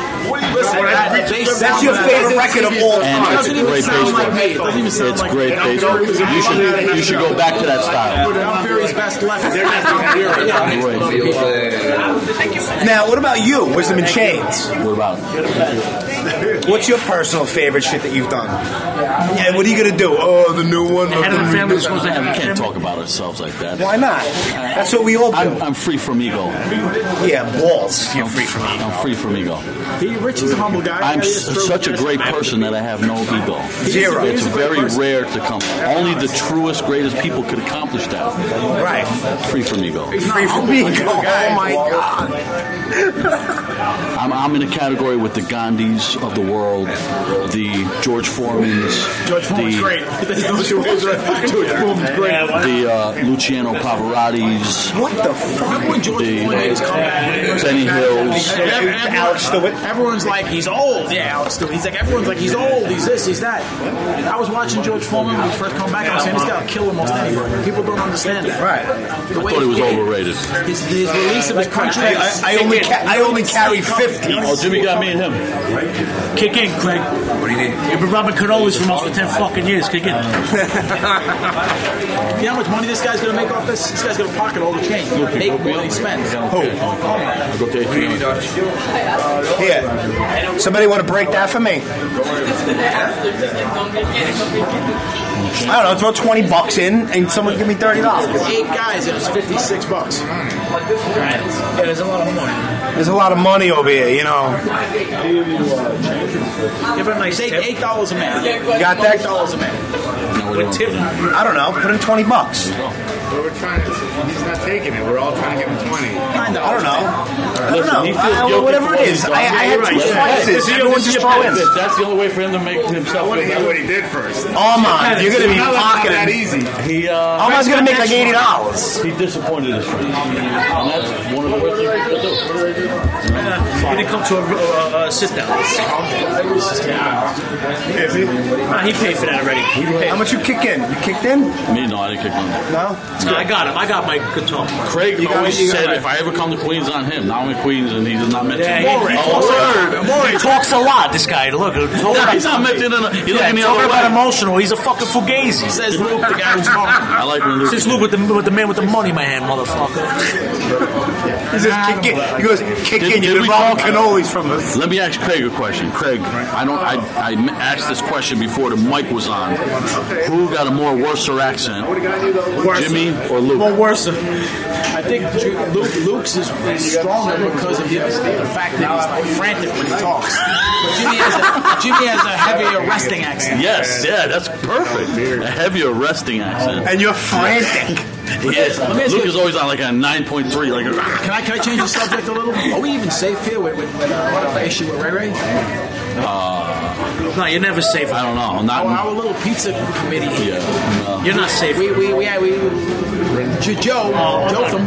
S9: Listen,
S5: That's your favorite record of all
S7: And it's a
S5: time.
S7: great bass
S9: like me. It doesn't
S7: player.
S9: even sound
S7: It's
S9: like
S7: great
S9: me.
S7: bass player. You should, you should go back to that style.
S9: Tom Perry's best left.
S7: Great.
S5: Now, what about you? Wisdom in Chains.
S7: What about it?
S5: What's your personal favorite shit that you've done? And what are you gonna do? Oh, the new one.
S8: Head of the family was supposed to
S7: We
S8: have
S7: can't talk about ourselves like
S5: Why
S7: that.
S5: not? That's what we all
S7: I'm,
S5: do.
S7: I'm free from ego.
S5: Yeah, balls. You're free from
S7: I'm free from ego.
S9: He, Rich is a humble guy.
S7: I'm s- such a great person that I have no ego.
S5: Zero.
S7: It's very rare to come. Only the truest, greatest people could accomplish that.
S5: right.
S7: Free from ego.
S5: Free from me. Oh my god.
S7: I'm, I'm in a category with the Gandhis of the world, the George Foremans,
S9: George Foreman's
S7: the,
S9: great. George Foreman's great.
S7: the uh, Luciano Pavarottis,
S5: What the fuck?
S9: When George
S7: The-
S9: Foreman is coming back.
S7: Benny Hills.
S9: Everyone-
S5: Alex Stewart.
S9: Everyone's like, he's old. Yeah, Alex Stewart. He's like, everyone's like, he's old. He's this. He's that. I was watching George Foreman when he first come back. I was saying this guy will kill almost anybody. People don't understand that.
S5: Right.
S9: The way
S7: thought he was
S9: did it,
S7: overrated.
S9: His, his release of his
S5: I,
S9: contract.
S5: I- I only ca- I only carry fifty.
S7: Oh, Jimmy got me and him.
S8: Kick in, Craig. What do you need? You've been rubbing cannolis for most of ten fucking years. Kick in.
S9: You know how much money this guy's going to make off this? This guy's going to pocket all the change. He'll make more than he spends. Oh,
S7: I go to Adrian.
S5: Here, somebody want to break that for me? I don't know. Throw twenty bucks in, and someone give me thirty dollars.
S9: Eight guys, it was 56 bucks.
S8: Yeah, there's a lot of money.
S5: There's a lot of money over here, you know.
S9: Give him a nice tip. Eight dollars a man.
S5: got that?
S9: Eight dollars a man.
S7: No, we don't.
S5: I don't know. Put in twenty bucks.
S16: We're trying to, he's not taking it. We're all trying to give him 20.
S5: I don't know. I don't
S7: Listen,
S5: know.
S7: he feels
S5: I- I-
S7: guilty
S5: whatever
S7: for
S5: it
S7: what
S5: is,
S7: he's
S5: I, I
S7: done. You're
S5: had
S7: right.
S5: two
S7: Hey,
S5: slices.
S7: this is
S5: Everyone just
S7: your
S5: throw in.
S7: benefit. That's the only way for him to make himself
S16: I want to
S7: feel
S16: hear what he
S7: better.
S16: did first.
S5: Armand, you're gonna be
S16: Now that's not that easy.
S5: pocketing.
S7: He, uh,
S5: Armand's gonna make like eighty dollars.
S7: he disappointed his friends. And that's one of the worst things you could do.
S8: uh, He didn't come to a, a, a, a sit down. Nah, he paid for that already. He paid.
S5: How much you kick in? You kicked in?
S7: Me, no, I didn't kick him.
S5: No.
S8: Nah, I got him. I got my guitar.
S7: Craig
S5: You got
S7: always
S5: it, you got
S7: said,
S5: it.
S7: if I ever come to Queens, on him. Now I'm in Queens, and he does not mention
S8: Yeah,
S7: me.
S8: he- he talks a lot. He talks a lot. This guy. Look, he's
S7: No, he's not mentioning it. He's
S8: Yeah,
S7: looking the
S8: talking
S7: other
S8: about
S7: way.
S8: emotional. He's a fucking fugazi. Says Luke, the guy who's
S7: I like when Luke.
S8: Says Luke with the with the man with the money in my hand, motherfucker.
S5: He says kick in. He goes kick
S7: Did-
S5: in.
S7: did
S5: You're
S7: we-
S5: wrong cannolis from us.
S7: Let me ask Craig a question. Craig, I don't. I, I m- asked this question before the mic was on. Who got a more worser accent, Jimmy or Luke?
S8: Well, worse.
S9: I think Ju- Luke, Luke's is, is stronger because of the, the fact that he's like frantic when he talks. But Jimmy has a, Jimmy has a heavier resting accent.
S7: Yes, yeah, that's perfect. A heavier resting accent.
S5: And you're frantic.
S7: Yes, Luke is always on like a nine point three. Like,
S9: Can I can I change the subject a little? Are we even safe here with with, with uh, the issue with Ray Ray?
S8: No, you're never safe.
S7: I don't know.
S9: Our, our
S7: Not.
S9: little pizza committee.
S7: Yeah. no.
S8: You're not safe.
S9: We we we, yeah, we Jo- Joe Jotham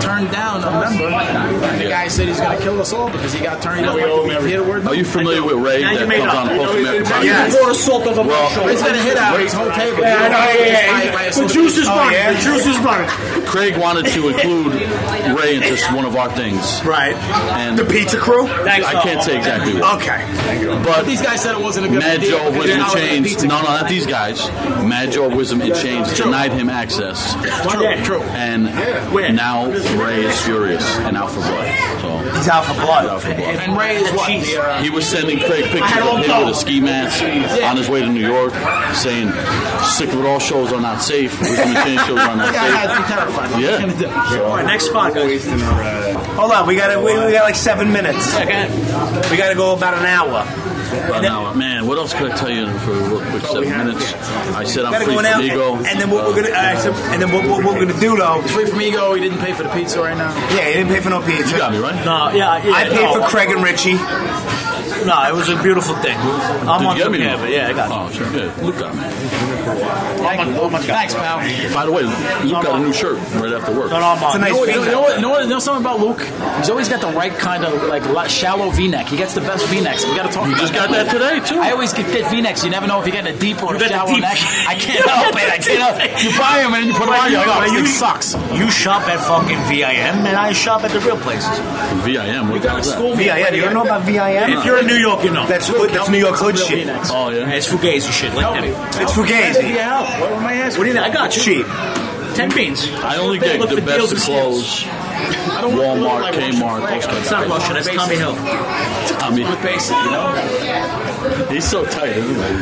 S9: turned down a member. And the guy said he's going to kill us all because he got turned down. Did you hear the word?
S7: Are you familiar with Ray
S8: Now you
S7: that
S8: made
S7: comes
S8: it up.
S7: on Post American Podcast?
S8: You poured a salt over
S7: Well,
S8: my shoulder.
S9: Ray's got a hit out his whole table. Yeah,
S8: The juice is running. The juice is running.
S7: Craig wanted to include Ray into one of our things.
S5: Right.
S7: And
S5: The pizza crew.
S8: Thanks.
S7: I can't say exactly what.
S5: Okay.
S7: But
S9: These guys said it wasn't a good
S7: Mad
S9: idea.
S7: Joe of
S9: because
S7: Wisdom
S9: now
S7: and
S9: we're gonna
S7: Chains.
S9: pizza
S7: No, no, not these guys. Mad Joe of Wisdom and Chains denied him access.
S8: True. True.
S7: And now Ray is furious and out for blood. So
S5: He's out for blood.
S7: out for blood.
S9: And Ray is what?
S8: Jeez.
S9: The, uh,
S7: He was sending Craig pictures of him with a ski mask on his way to New York, saying, "Sick of it all shows are not safe. Wisdom and Chains shows are not
S9: guy had to be
S7: safe."
S9: terrified. What
S7: Yeah.
S9: are you gonna do?
S8: All right, next spot, guys.
S5: Hold on, we got to we, we got like seven minutes. We got to go about an hour.
S7: About an hour. Man, what else could I tell you for a real quick seven minutes? I said
S5: Got
S7: I'm
S5: to
S7: free
S5: go
S7: from
S5: an hour,
S7: ego. Uh,
S5: and, and then what we're gonna all right, so, and then what, what we're gonna do though?
S9: Free from ego. He didn't pay for the pizza right now.
S5: Yeah, you didn't pay for no pizza.
S7: You got me right.
S8: No, yeah, yeah.
S5: I paid
S8: no,
S5: for Craig and Richie.
S8: No, it was a beautiful thing. I'm
S7: Did
S8: on
S7: you get
S8: the
S7: me?
S8: camera. Yeah, I got
S7: Oh, sure. Good. Luke got me.
S9: Thanks, pal. You
S7: By the way, Luke got a new shirt right after work.
S8: No, no, I'm on.
S5: It's a nice
S9: know, what- you
S5: pizza.
S9: know what? You know, what- you know something about Luke? He's always got the right kind of like li- shallow V-neck. He gets the best V-necks. We got to talk.
S7: You
S9: about
S7: just got that today too.
S9: I always get, get V-necks. You never know if you're getting a deep or
S8: You
S9: a
S8: got the
S9: shallow
S8: deep-
S9: neck. I can't help it. I can't help it. You buy them and then you put them on. You're like, oh, this thing sucks.
S8: You shop at fucking VIM, and I shop at the real places.
S7: VIM. What the hell is that?
S5: VIM. You don't know about VIM?
S8: If you're in New York, you know.
S5: That's hood, that's New York hood shit.
S7: Oh yeah.
S8: It's fugazi shit. Like
S9: me.
S8: that.
S5: It's fugazi.
S9: Yeah. What am I asking?
S8: What do you think? I got
S5: It's
S8: you.
S5: cheap.
S8: Ten beans.
S7: I only
S8: They
S7: get
S8: look
S7: the
S8: for deals
S7: best of
S8: and
S7: clothes.
S9: don't want to look
S7: Walmart,
S9: like Russian
S7: Kmart,
S9: flag.
S7: those kinds
S8: It's not Russian. That's Tommy Hill.
S7: of I mean,
S9: Basic, you know.
S7: he's so tight. Anyway.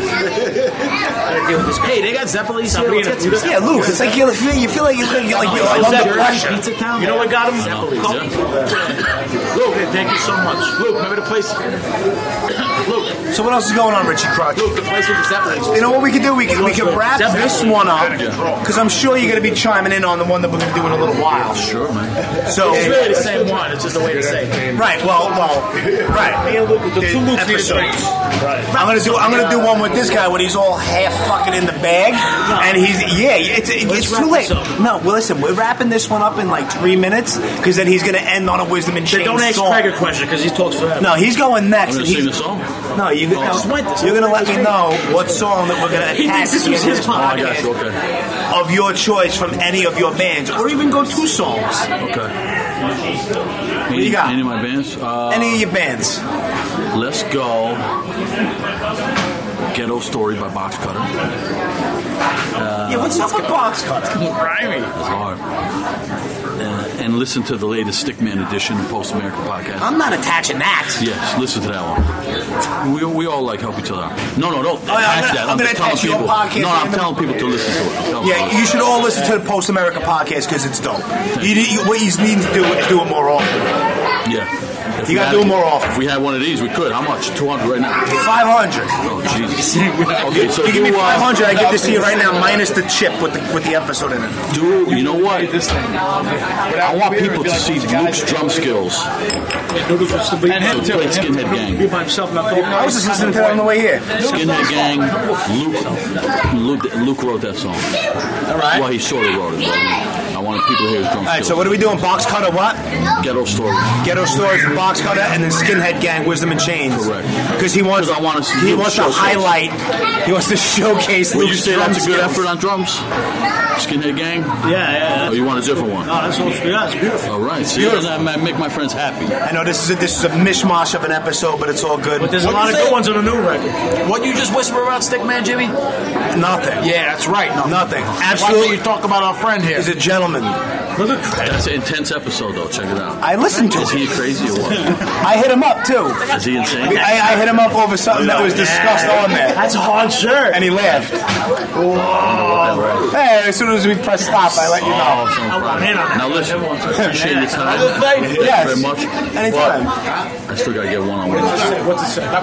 S9: Hey, they got Zeppelins here.
S8: Sabrina,
S9: Let's get
S8: you
S9: some
S8: don't-
S5: Yeah, Luke. It's like you feel you feel like you're like you're under pressure.
S9: Pizza Town.
S8: You know what got him? Luke, thank you so much.
S9: Luke, remember the place? Luke,
S5: So what else is going on, Richie Crutch?
S9: Luke, the place with the Zeppelins.
S5: You know what we could do? We could we could wrap
S8: Definitely.
S5: this one up
S7: Yeah.
S5: because I'm sure you're gonna be chiming in on the one that we're gonna do in a little while.
S7: Sure, man.
S5: So
S9: It's really the same one. It's just a way to say. it.
S5: right, well, well, right.
S8: The two Lukes need a
S5: Episode.
S8: drink.
S5: I'm gonna do. I'm gonna do one with this guy when he's all half fucking in the bag, and he's yeah. It's it's
S8: wrap
S5: too late.
S8: this up.
S5: No, well, listen, we're wrapping this one up in like three minutes because then he's gonna end on a wisdom and
S8: Then
S5: chains
S8: don't ask
S5: song.
S8: Craig a question because he talks forever.
S5: No, he's going next.
S7: I'm gonna
S5: and he's-
S7: sing the song.
S5: No, you,
S8: Oh,
S5: no,
S7: just went
S5: you're gonna let me know what song that we're gonna
S8: He
S5: attach
S8: thinks this
S5: to
S8: was his
S5: this
S8: podcast.
S7: Oh, I got you.
S5: podcast
S7: Okay.
S5: of your choice from any of your bands, or even go two songs.
S7: Okay.
S5: do you got?
S7: Any of my bands? Uh,
S5: Any of your bands.
S7: Let's go. Ghetto Story by Box Cutter.
S5: yeah, what's up with box cutter?
S7: That's hard. Uh, and listen to the latest Stickman edition of Post America podcast.
S5: I'm not attaching that.
S7: Yes, listen to that one. We, we all like help each other out. No, no, don't
S5: Oh, yeah, I'm
S7: attach
S5: gonna-
S7: that.
S5: I'm gonna
S7: just telling
S5: attach your
S7: people.
S5: podcast
S7: No,
S5: and
S7: I'm
S5: the-
S7: telling people to listen to it. I'm telling
S5: Yeah,
S7: people.
S5: you should all listen to the Post America podcast because it's dope. You, you, what you need to do is do it more often.
S7: Yeah. If
S5: You
S7: we
S5: gotta
S7: had
S5: do
S7: it-
S5: them more often.
S7: If we had one of these, we could. How much? 200 right now.
S5: Five hundred.
S7: Oh, Jesus. Okay, so
S5: you give me
S7: do, uh,
S5: five hundred. I give this to you right now, minus the chip with the with the episode in it.
S7: Do you know what? I want people to see Luke's drum skills.
S15: And him too.
S7: Play Skinhead Gang.
S15: Be by himself, not talking.
S5: I was just listening to that on the way here.
S7: Skinhead Gang. Luke, Luke, Luke wrote that song. All
S5: right.
S7: Well, he sort of wrote it. But I wanted people to hear his drum
S5: All right,
S7: skills.
S5: so what are we doing? Box cutter, what?
S7: Ghetto story.
S5: Ghetto stories, box cutter, and then Skinhead Gang, Wisdom and Chains.
S7: Correct.
S5: Because he wants,
S7: 'Cause I wanna see
S5: he
S7: Luke
S5: wants to
S7: showcase.
S5: highlight, he wants to showcase.
S7: Would you
S5: Luke's
S7: say
S5: drum
S7: that's a good
S5: skills.
S7: effort on drums? Skinhead Gang?
S15: Yeah, yeah.
S7: Oh,
S15: yeah.
S7: you want a different one?
S15: Oh, that's all, yeah, it's beautiful.
S7: All right. See,
S5: Beautiful.
S7: I I make my friends happy.
S5: I know this is a, this is a mishmash of an episode, but it's all good.
S15: But there's a
S5: What
S15: lot
S5: you
S15: of
S5: say?
S15: good ones on the new record.
S8: What you just whisper about Stickman Jimmy?
S5: Nothing.
S8: Yeah, that's right. No.
S5: Nothing.
S8: Why
S5: Absolutely.
S8: don't you talk about our friend here?
S5: He's a gentleman.
S7: That's an intense episode, though. Check it out.
S5: I listened to
S7: Is
S5: him.
S7: he crazy or what?
S5: I hit him up too.
S7: Is he insane?
S5: I, I hit him up over something that was discussed on there,
S15: That's a hard shirt.
S5: and he laughed.
S7: Oh,
S5: Hey, as soon as we press stop, I let you know.
S7: it's no problem.
S15: in on that.
S7: Now listen, appreciate your time. Thank you
S5: Yes.
S7: very much.
S5: Anytime.
S7: But I still gotta get one on one.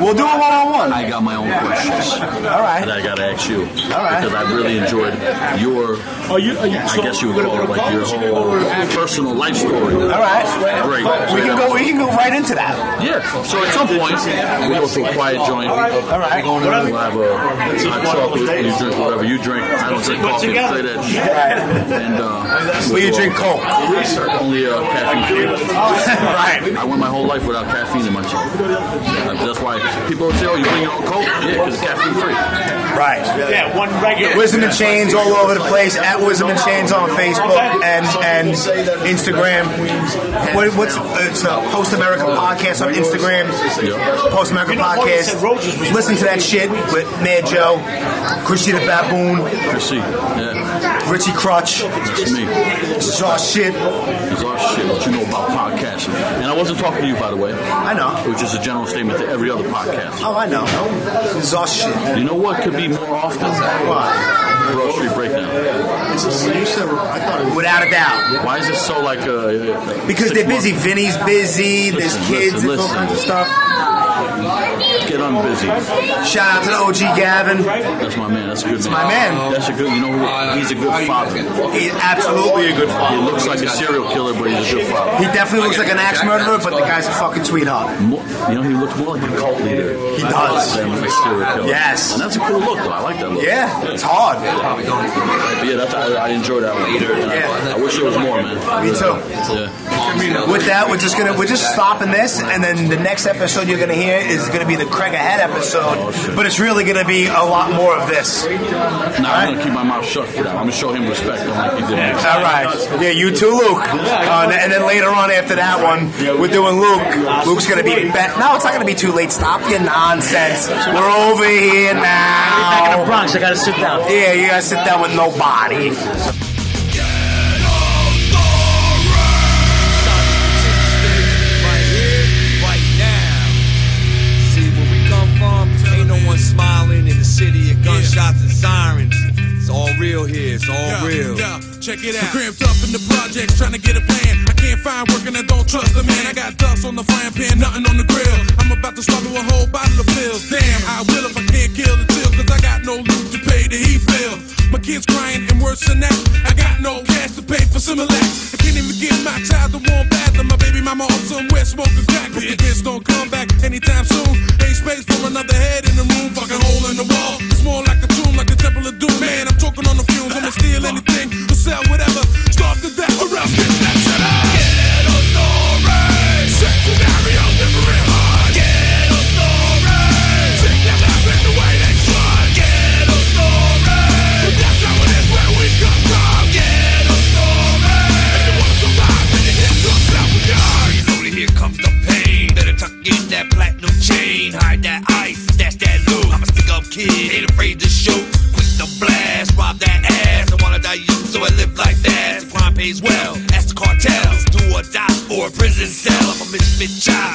S5: We'll do a one-on-one.
S7: I got my own questions
S5: All
S7: that
S5: right.
S7: I gotta ask you
S5: right.
S7: because I really enjoyed your.
S15: Are you, are you,
S7: I guess you would call it like your whole personal life story.
S5: All right.
S7: Great.
S5: We can go. We can go right into that.
S7: Yeah. So at some point, we go to a quiet joint. All right. We go in there, we'll have a hot chocolate. You drink whatever you drink. I don't drink coffee. Say that. shit. And uh,
S5: Will you drink Coke?
S7: Only uh, caffeine free.
S5: right.
S7: I went my whole life without caffeine in myself. That's why people would say, "Oh, you bring your own Coke?" Yeah, because it's caffeine free.
S5: Right.
S15: yeah, one regular.
S5: Wisdom and Chains all over the place. At Wisdom and Chains on Facebook and and Instagram. What, what's it's a Post America podcast on Instagram? Post America podcast. Listen to that shit with Mad Joe, Chrissy the Baboon,
S7: You see, yeah,
S5: Richie Crutch.
S7: that's me.
S5: It's all shit.
S7: It's all shit that you know about podcasting. And I wasn't talking to you, by the way.
S5: I know.
S7: Which is a general statement to every other podcast.
S5: Oh, I know. It's all shit.
S7: You know what could be more often? Broad Street Breakdown.
S5: Without a doubt.
S7: Why is it so like uh,
S5: Because
S7: six
S5: they're busy.
S7: months?
S5: Vinny's busy. There's
S7: Listen,
S5: kids.
S7: listen,
S5: There's all
S7: listen.
S5: kinds of stuff.
S7: Get on busy.
S5: Shout out to the OG Gavin.
S7: That's my man. That's a good man.
S5: my man.
S7: That's a good. You know, who- he's a good father.
S5: He's absolutely a good
S7: He
S5: father.
S7: looks like a serial killer, but he's a good father.
S5: He definitely looks like an axe murderer, but the guy's a fucking sweetheart.
S7: Mo- you know, he looks more like a cult leader. He
S5: does.
S7: Than a serial killer.
S5: Yes.
S7: And that's a cool look, though. I like that look.
S5: Yeah, it's hard.
S7: But yeah, that's, I, I enjoy that one. And I, I wish there was more, man.
S5: Me too.
S7: Yeah.
S5: With that, we're just gonna we're just stopping this, and then the next episode you're gonna hear is gonna be the Craig Ahead episode, but it's really gonna be a lot more of this.
S7: Now I'm going to keep my mouth shut for that. I'm going to show him respect, unlike he did me.
S5: All right. Yeah, you too, Luke. Uh, and then later on after that one, we're doing Luke. Luke's going to be back. No, it's not going to be too late. Stop your nonsense. We're over here
S15: Back in the
S5: now.
S15: Bronx, I gotta sit down.
S5: Yeah, you got to sit down with nobody.
S3: See where we come from. Ain't no one smiling in the city of gunshots and sirens. It's all real here. It's all real.
S9: Yeah, check it out. Cramped up in the projects, trying to get a plan. I can't find work and I don't trust a man. I got dust on the frying pan, nothing on the grill. I'm about to swallow a whole bottle of pills. Damn, I will if I can't kill the chill, cause I got no loot to pay the heat bill. My kids crying and worse than that. I got no cash to pay for Similac. I can't even give my child a warm bath, and my baby mama off somewhere smoking crack. But the kids don't come back anytime soon. Ain't space for another head in the room, fucking hole in the wall. It's more like a tomb, like the Temple of Doom. Man, I'm talking on the fumes, I'ma steal anything, or sell whatever. Starve to death, or else get that shit up. Ghetto story, sick scenario, different heart. Ghetto story, sick that happened the way they tried. Ghetto story, but that's how it is where we come from. Ghetto story, if you wanna survive, then you hit yourself with your eyes.
S3: Slowly here comes the pain. Better tuck in that platinum chain. Hide that ice, stash that loot. I'm a stick up kid, ain't afraid to shoot. Quick to blast, rob that ass. I wanna dilute, so I live like that. The crime pays well, that's the cartel. It's do or die or a prison cell. I'm a misfit child,